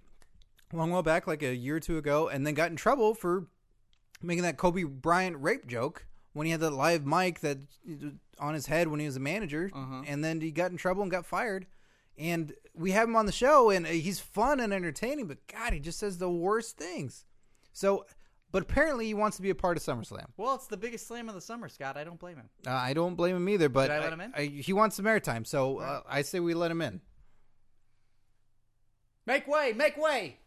a long while back, like a year or two ago, and then got in trouble for making that Kobe Bryant rape joke when he had that live mic that on his head when he was a manager, and then he got in trouble and got fired. And we have him on the show, and uh, he's fun and entertaining, but God, he just says the worst things. So, but apparently he wants to be a part of SummerSlam. Well, it's the biggest slam of the summer, Scott. I don't blame him. Uh, I don't blame him either, but Should I let him in? he wants some airtime, so uh, I say we let him in. Make way, make way.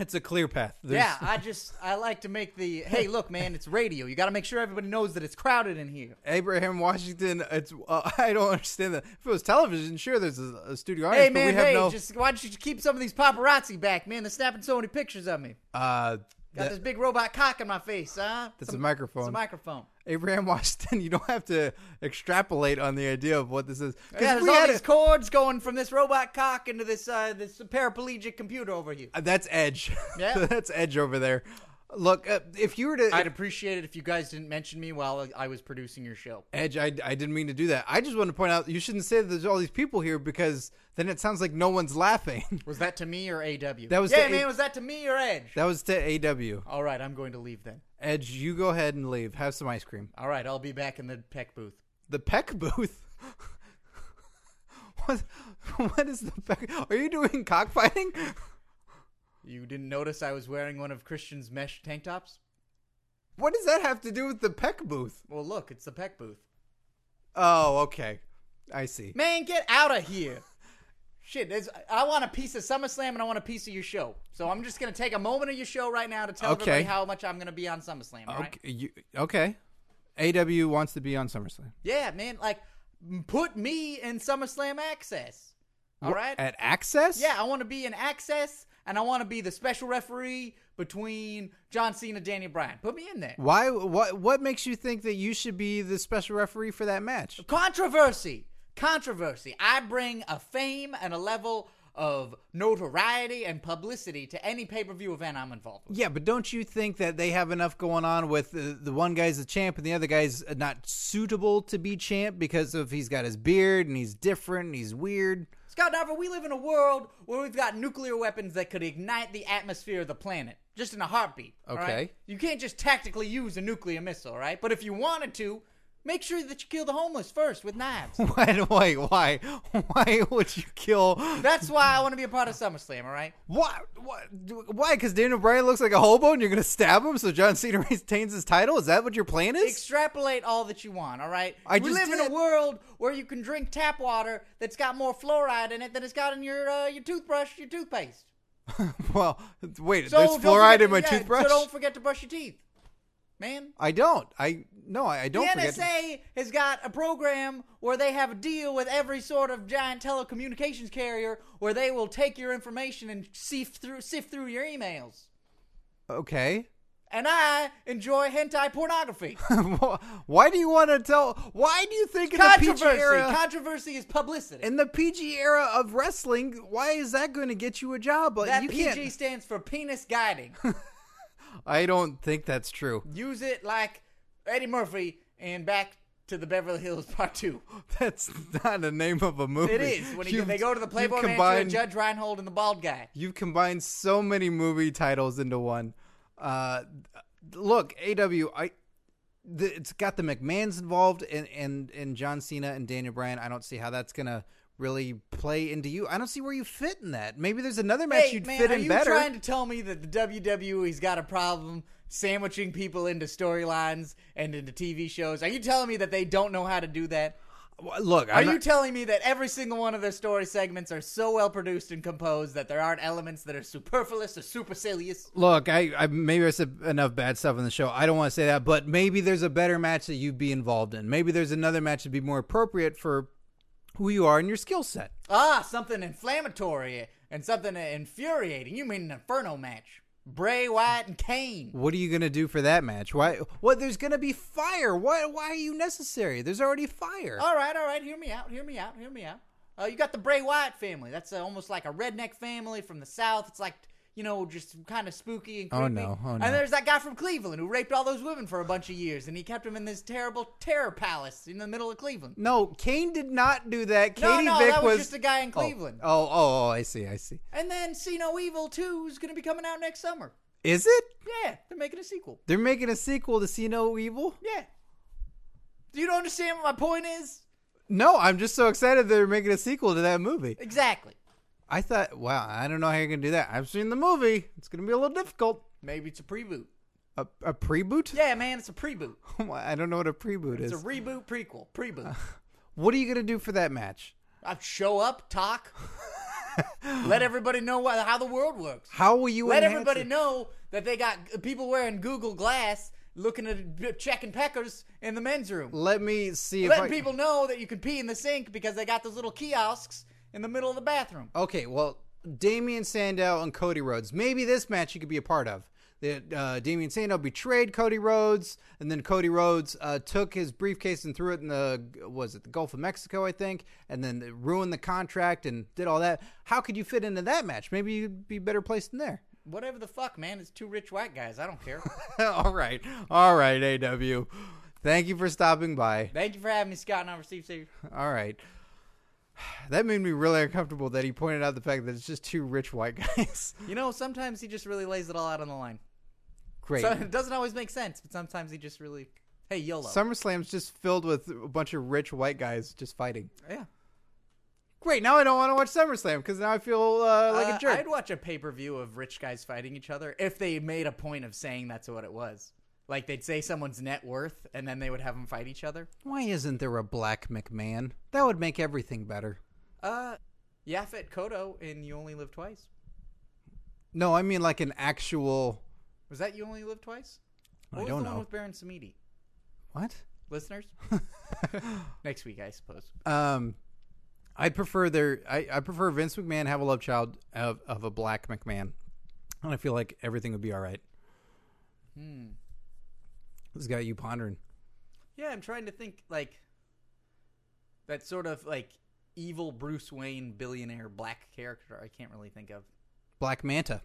It's a clear path. yeah, I just I like to make the hey look, man, it's radio. You got to make sure everybody knows that it's crowded in here. <laughs> Abraham Washington. It's uh, <laughs> I don't understand that. If it was television, sure, there's a, a studio audience, Hey man, but we have hey, no. just why don't you keep some of these paparazzi back, man? They're snapping so many pictures of me. uh, Got that- this big robot cock in my face, huh? that's a microphone. It's a microphone. Abraham <laughs> Washington, you don't have to extrapolate on the idea of what this is. 'Cause Yeah, there's we all had these a- cords going from this robot cock into this uh, this paraplegic computer over you. Uh, that's Edge. <laughs> Yeah. that's Edge over there. Look, uh, if you were to I'd appreciate it if you guys didn't mention me while I was producing your show. Edge, I, I didn't mean to do that. I just want to point out you shouldn't say that there's all these people here because then it sounds like no one's laughing. Was that to me or AW? That was yeah, to man. A- was that to me or Edge? that was to AW. All right, I'm going to leave then. Edge, you go ahead and leave. Have some ice cream. All right, I'll be back in the peck booth. The peck booth. <laughs> what? What is the peck? Are you doing cockfighting? You didn't notice I was wearing one of Christian's mesh tank tops? What does that have to do with the peck booth? Well, look, it's the peck booth. Oh, okay. I see. Man, get out of <laughs> here. Shit, there's- I want a piece of SummerSlam and I want a piece of your show. So I'm just going to take a moment of your show right now to tell Okay. everybody how much I'm going to be on SummerSlam, all right? Okay. You, okay. AW wants to be on SummerSlam. Yeah, man, like m- put me in SummerSlam Access. All right? At Access? yeah, I want to be in Access and I want to be the special referee between John Cena and Daniel Bryan. Put me in there. Why? What? What makes you think that you should be the special referee for that match? Controversy. Controversy. I bring a fame and a level of notoriety and publicity to any pay per view event I'm involved with. Yeah, but don't you think that they have enough going on with the, the one guy's the champ and the other guy's uh, not suitable to be champ because of he's got his beard and he's different and he's weird? <laughs> Scott Diver, we live in a world where we've got nuclear weapons that could ignite the atmosphere of the planet just in a heartbeat. all right? Okay. You can't just tactically use a nuclear missile, all right? But if you wanted to, make sure that you kill the homeless first with knives. Why? Why? Why? Why would you kill? That's why I want to be a part of SummerSlam, all right? Why? Why? Why? Because Daniel Bryan looks like a hobo and you're gonna stab him so John Cena <laughs> retains his title? Is that what your plan is? extrapolate all that you want, all right? I we just live in did. a world where you can drink tap water that's got more fluoride in it than it's got in your uh, your toothbrush, your toothpaste. <laughs> well, wait. So there's don't fluoride forget in my to- yeah, toothbrush. So don't forget to brush your teeth, man. I don't. I no. I, I don't. the forget to- NSA has got a program where they have a deal with every sort of giant telecommunications carrier, where they will take your information and sift through sift through your emails. Okay. <laughs> And I enjoy hentai pornography. why do you want to tell? Why do you think in <laughs> the PG Controversy. era, Controversy is publicity. in the PG era of wrestling, why is that going to get you a job? Like, That you PG can't. stands for penis <laughs> guiding. I don't think that's true. <laughs> Use it like Eddie Murphy and back to the Beverly Hills Part Two. That's not the name of a movie. It is when he, You've- they go to the you've Playboy Mansion combined- and Judge Reinhold and the bald guy. You've combined so many movie titles into one. Uh, look, AW, I the, it's got the McMahons involved and, and and John Cena and Daniel Bryan. I don't see how that's gonna really play into you. I don't see where you fit in that. Maybe there's another match Hey you'd man, fit are in you better. trying to tell me that the WWE's got a problem sandwiching people into storylines and into TV shows? Are you telling me that they don't know how to do that? Well, Look, Are I'm you not- telling me that every single one of their story segments are so well produced and composed that there aren't elements that are superfluous or supercilious? look, I, I maybe I said enough bad stuff on the show. I don't want to say that, but maybe there's a better match that you'd be involved in. Maybe there's another match that'd be more appropriate for who you are and your skill set. Ah, something inflammatory and something infuriating. You mean an inferno match? Bray Wyatt and Kane. What are you gonna do for that match? Why? What? There's gonna be fire. Why? Why are you necessary? There's already fire. All right, all right. Hear me out. Hear me out. Hear me out. Uh, you got the Bray Wyatt family. That's uh, almost like a redneck family from the south. It's like you know, just kind of spooky and creepy. Oh, no. Oh, no. And there's that guy from Cleveland who raped all those women for a bunch of years, and he kept them in this terrible terror palace in the middle of Cleveland. no, Kane did not do that. No, Katie no, Vick that was was just a guy in Oh, Cleveland. Oh, oh, oh, I see, I see. And then See No Evil Two is going to be coming out next summer. Is it? Yeah, they're making a sequel. They're making a sequel to See No Evil. Yeah. Do you don't understand what my point is? No, I'm just so excited they're making a sequel to that movie. Exactly. I thought, wow, I don't know how you're gonna do that. I've seen the movie. It's gonna be a little difficult. Maybe it's a preboot. A, a preboot? Yeah, man, it's a preboot. <laughs> I don't know what a preboot It's Uh. is. a reboot prequel. Preboot. what are you gonna do for that match? I show up, <laughs> talk, let everybody know what, how the world works. How will you Let enhance everybody it? know that they got people wearing Google Glass looking at checking peckers in the men's room. Let me see if Let I- people know that you can pee in the sink because they got those little kiosks in the middle of the bathroom. Okay, well, Damian Sandow and Cody Rhodes. Maybe this match you could be a part of. that uh, Damian Sandow betrayed Cody Rhodes, and then Cody Rhodes uh, took his briefcase and threw it in the was it the Gulf of Mexico, I think, and then ruined the contract and did all that. How could you fit into that match? Maybe you'd be better placed in there. Whatever the fuck, man. It's two rich white guys. I don't <laughs> care. <laughs> all right, all right, AW. Thank you for stopping by. Thank you for having me, Scott. And I'm Steve Sager. All right. <sighs> That made me really uncomfortable that he pointed out the fact that it's just two rich white <laughs> guys. You know, sometimes he just really lays it all out on the line. Great. So <laughs> it doesn't always make sense, but sometimes he just really, hey, YOLO. SummerSlam's just filled with a bunch of rich white guys just fighting. yeah. Great. Now I don't want to watch SummerSlam because now I feel uh, like Uh, a jerk. I'd watch a pay per view of rich guys fighting each other if they made a point of saying that's what it was. Like they'd say someone's net worth, and then they would have them fight each other. Why isn't there a black McMahon? That would make everything better. Uh, Yafet Kodo in You Only Live Twice. No, I mean like an actual. Was that You Only Live Twice? I What was don't the know. one with Baron Samedi? What? <laughs> Listeners, <laughs> next week I suppose. um, I prefer their. I, I prefer Vince McMahon have a love child of, of a black McMahon, and I feel like everything would be all right. Hmm. This got you pondering. Yeah, I'm trying to think like that sort of like evil Bruce Wayne billionaire black character. I can't really think of. Black Manta.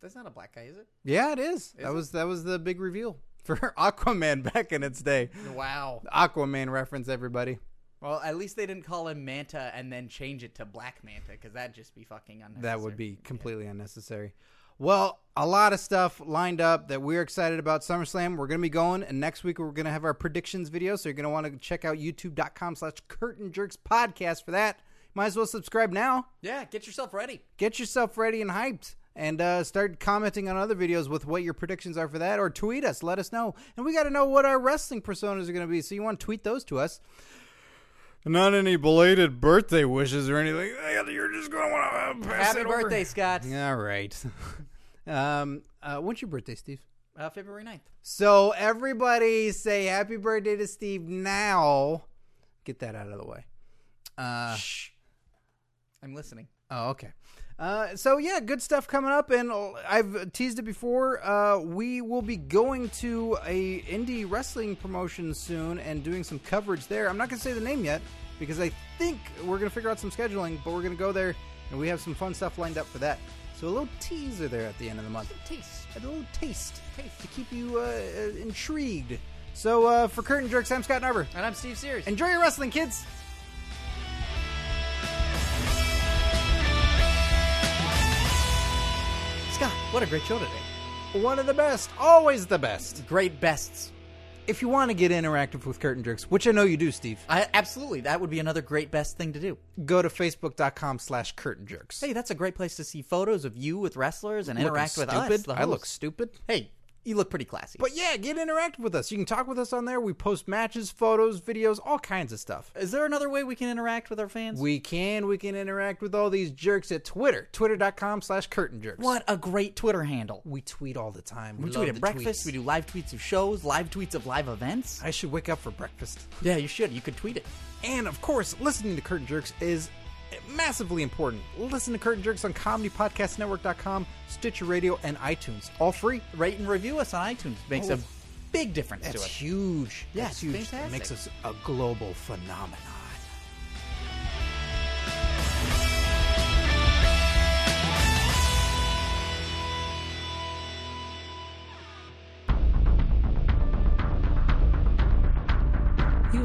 That's not a black guy, is it? Yeah, it is. that it? was that was the big reveal <laughs> for Aquaman back in its day. Wow. Aquaman reference, everybody. Well, at least they didn't call him Manta and then change it to Black Manta because that'd just be fucking unnecessary. That would be completely unnecessary. Well, a lot of stuff lined up that we're excited about SummerSlam. We're going to be going, and next week we're going to have our predictions video, so you're going to want to check out youtube.com slash curtain jerks podcast for that. Might as well subscribe now. Yeah, get yourself ready. Get yourself ready and hyped, and uh, start commenting on other videos with what your predictions are for that, or tweet us. Let us know. And we got to know what our wrestling personas are going to be, so you want to tweet those to us. Not any belated birthday wishes or anything. You're just going to want to Happy birthday, Scott. all right. <laughs> um, uh, when's your birthday, Steve? Uh, February 9th. So everybody say happy birthday to Steve now. Get that out of the way. Uh, Shh. I'm listening. oh, okay. Uh, so yeah, good stuff coming up, and I've teased it before. Uh, we will be going to a indie wrestling promotion soon and doing some coverage there. I'm not gonna say the name yet because I think we're gonna figure out some scheduling, but we're gonna go there and we have some fun stuff lined up for that. So a little teaser there at the end of the month. Taste. a little taste, to keep you uh, uh, intrigued. So uh, for Curtain Jerks, I'm Scott Narber. And I'm Steve Sears. Enjoy your wrestling, kids. Scott, what a great show today. One of the best, always the best. Great bests. If you want to get interactive with Curtain Jerks, which I know you do, Steve, I, absolutely. That would be another great best thing to do. go to facebook.com slash curtain jerks. Hey, that's a great place to see photos of you with wrestlers and Looking interact with stupid. us. the I look hosts. stupid. Hey, you look pretty classy. But yeah, get interactive with us. You can talk with us on there. We post matches, photos, videos, all kinds of stuff. is there another way we can interact with our fans? We can we can interact with all these jerks at Twitter, twitter.com slash curtain jerks. what a great Twitter handle. We tweet all the time. We love tweet at the breakfast. tweets. We do live tweets of shows, live tweets of live events. I should wake up for breakfast. Yeah, you should. You could tweet it. And of course, listening to Curtain Jerks is massively important. Listen to Curtain Jerks on comedypodcastnetwork.com, Stitcher Radio, and iTunes. All free. Rate and review us on iTunes. Makes Oh. a big difference to That's us. huge. Yeah, That's it's huge. fantastic. It makes us a global phenomenon. You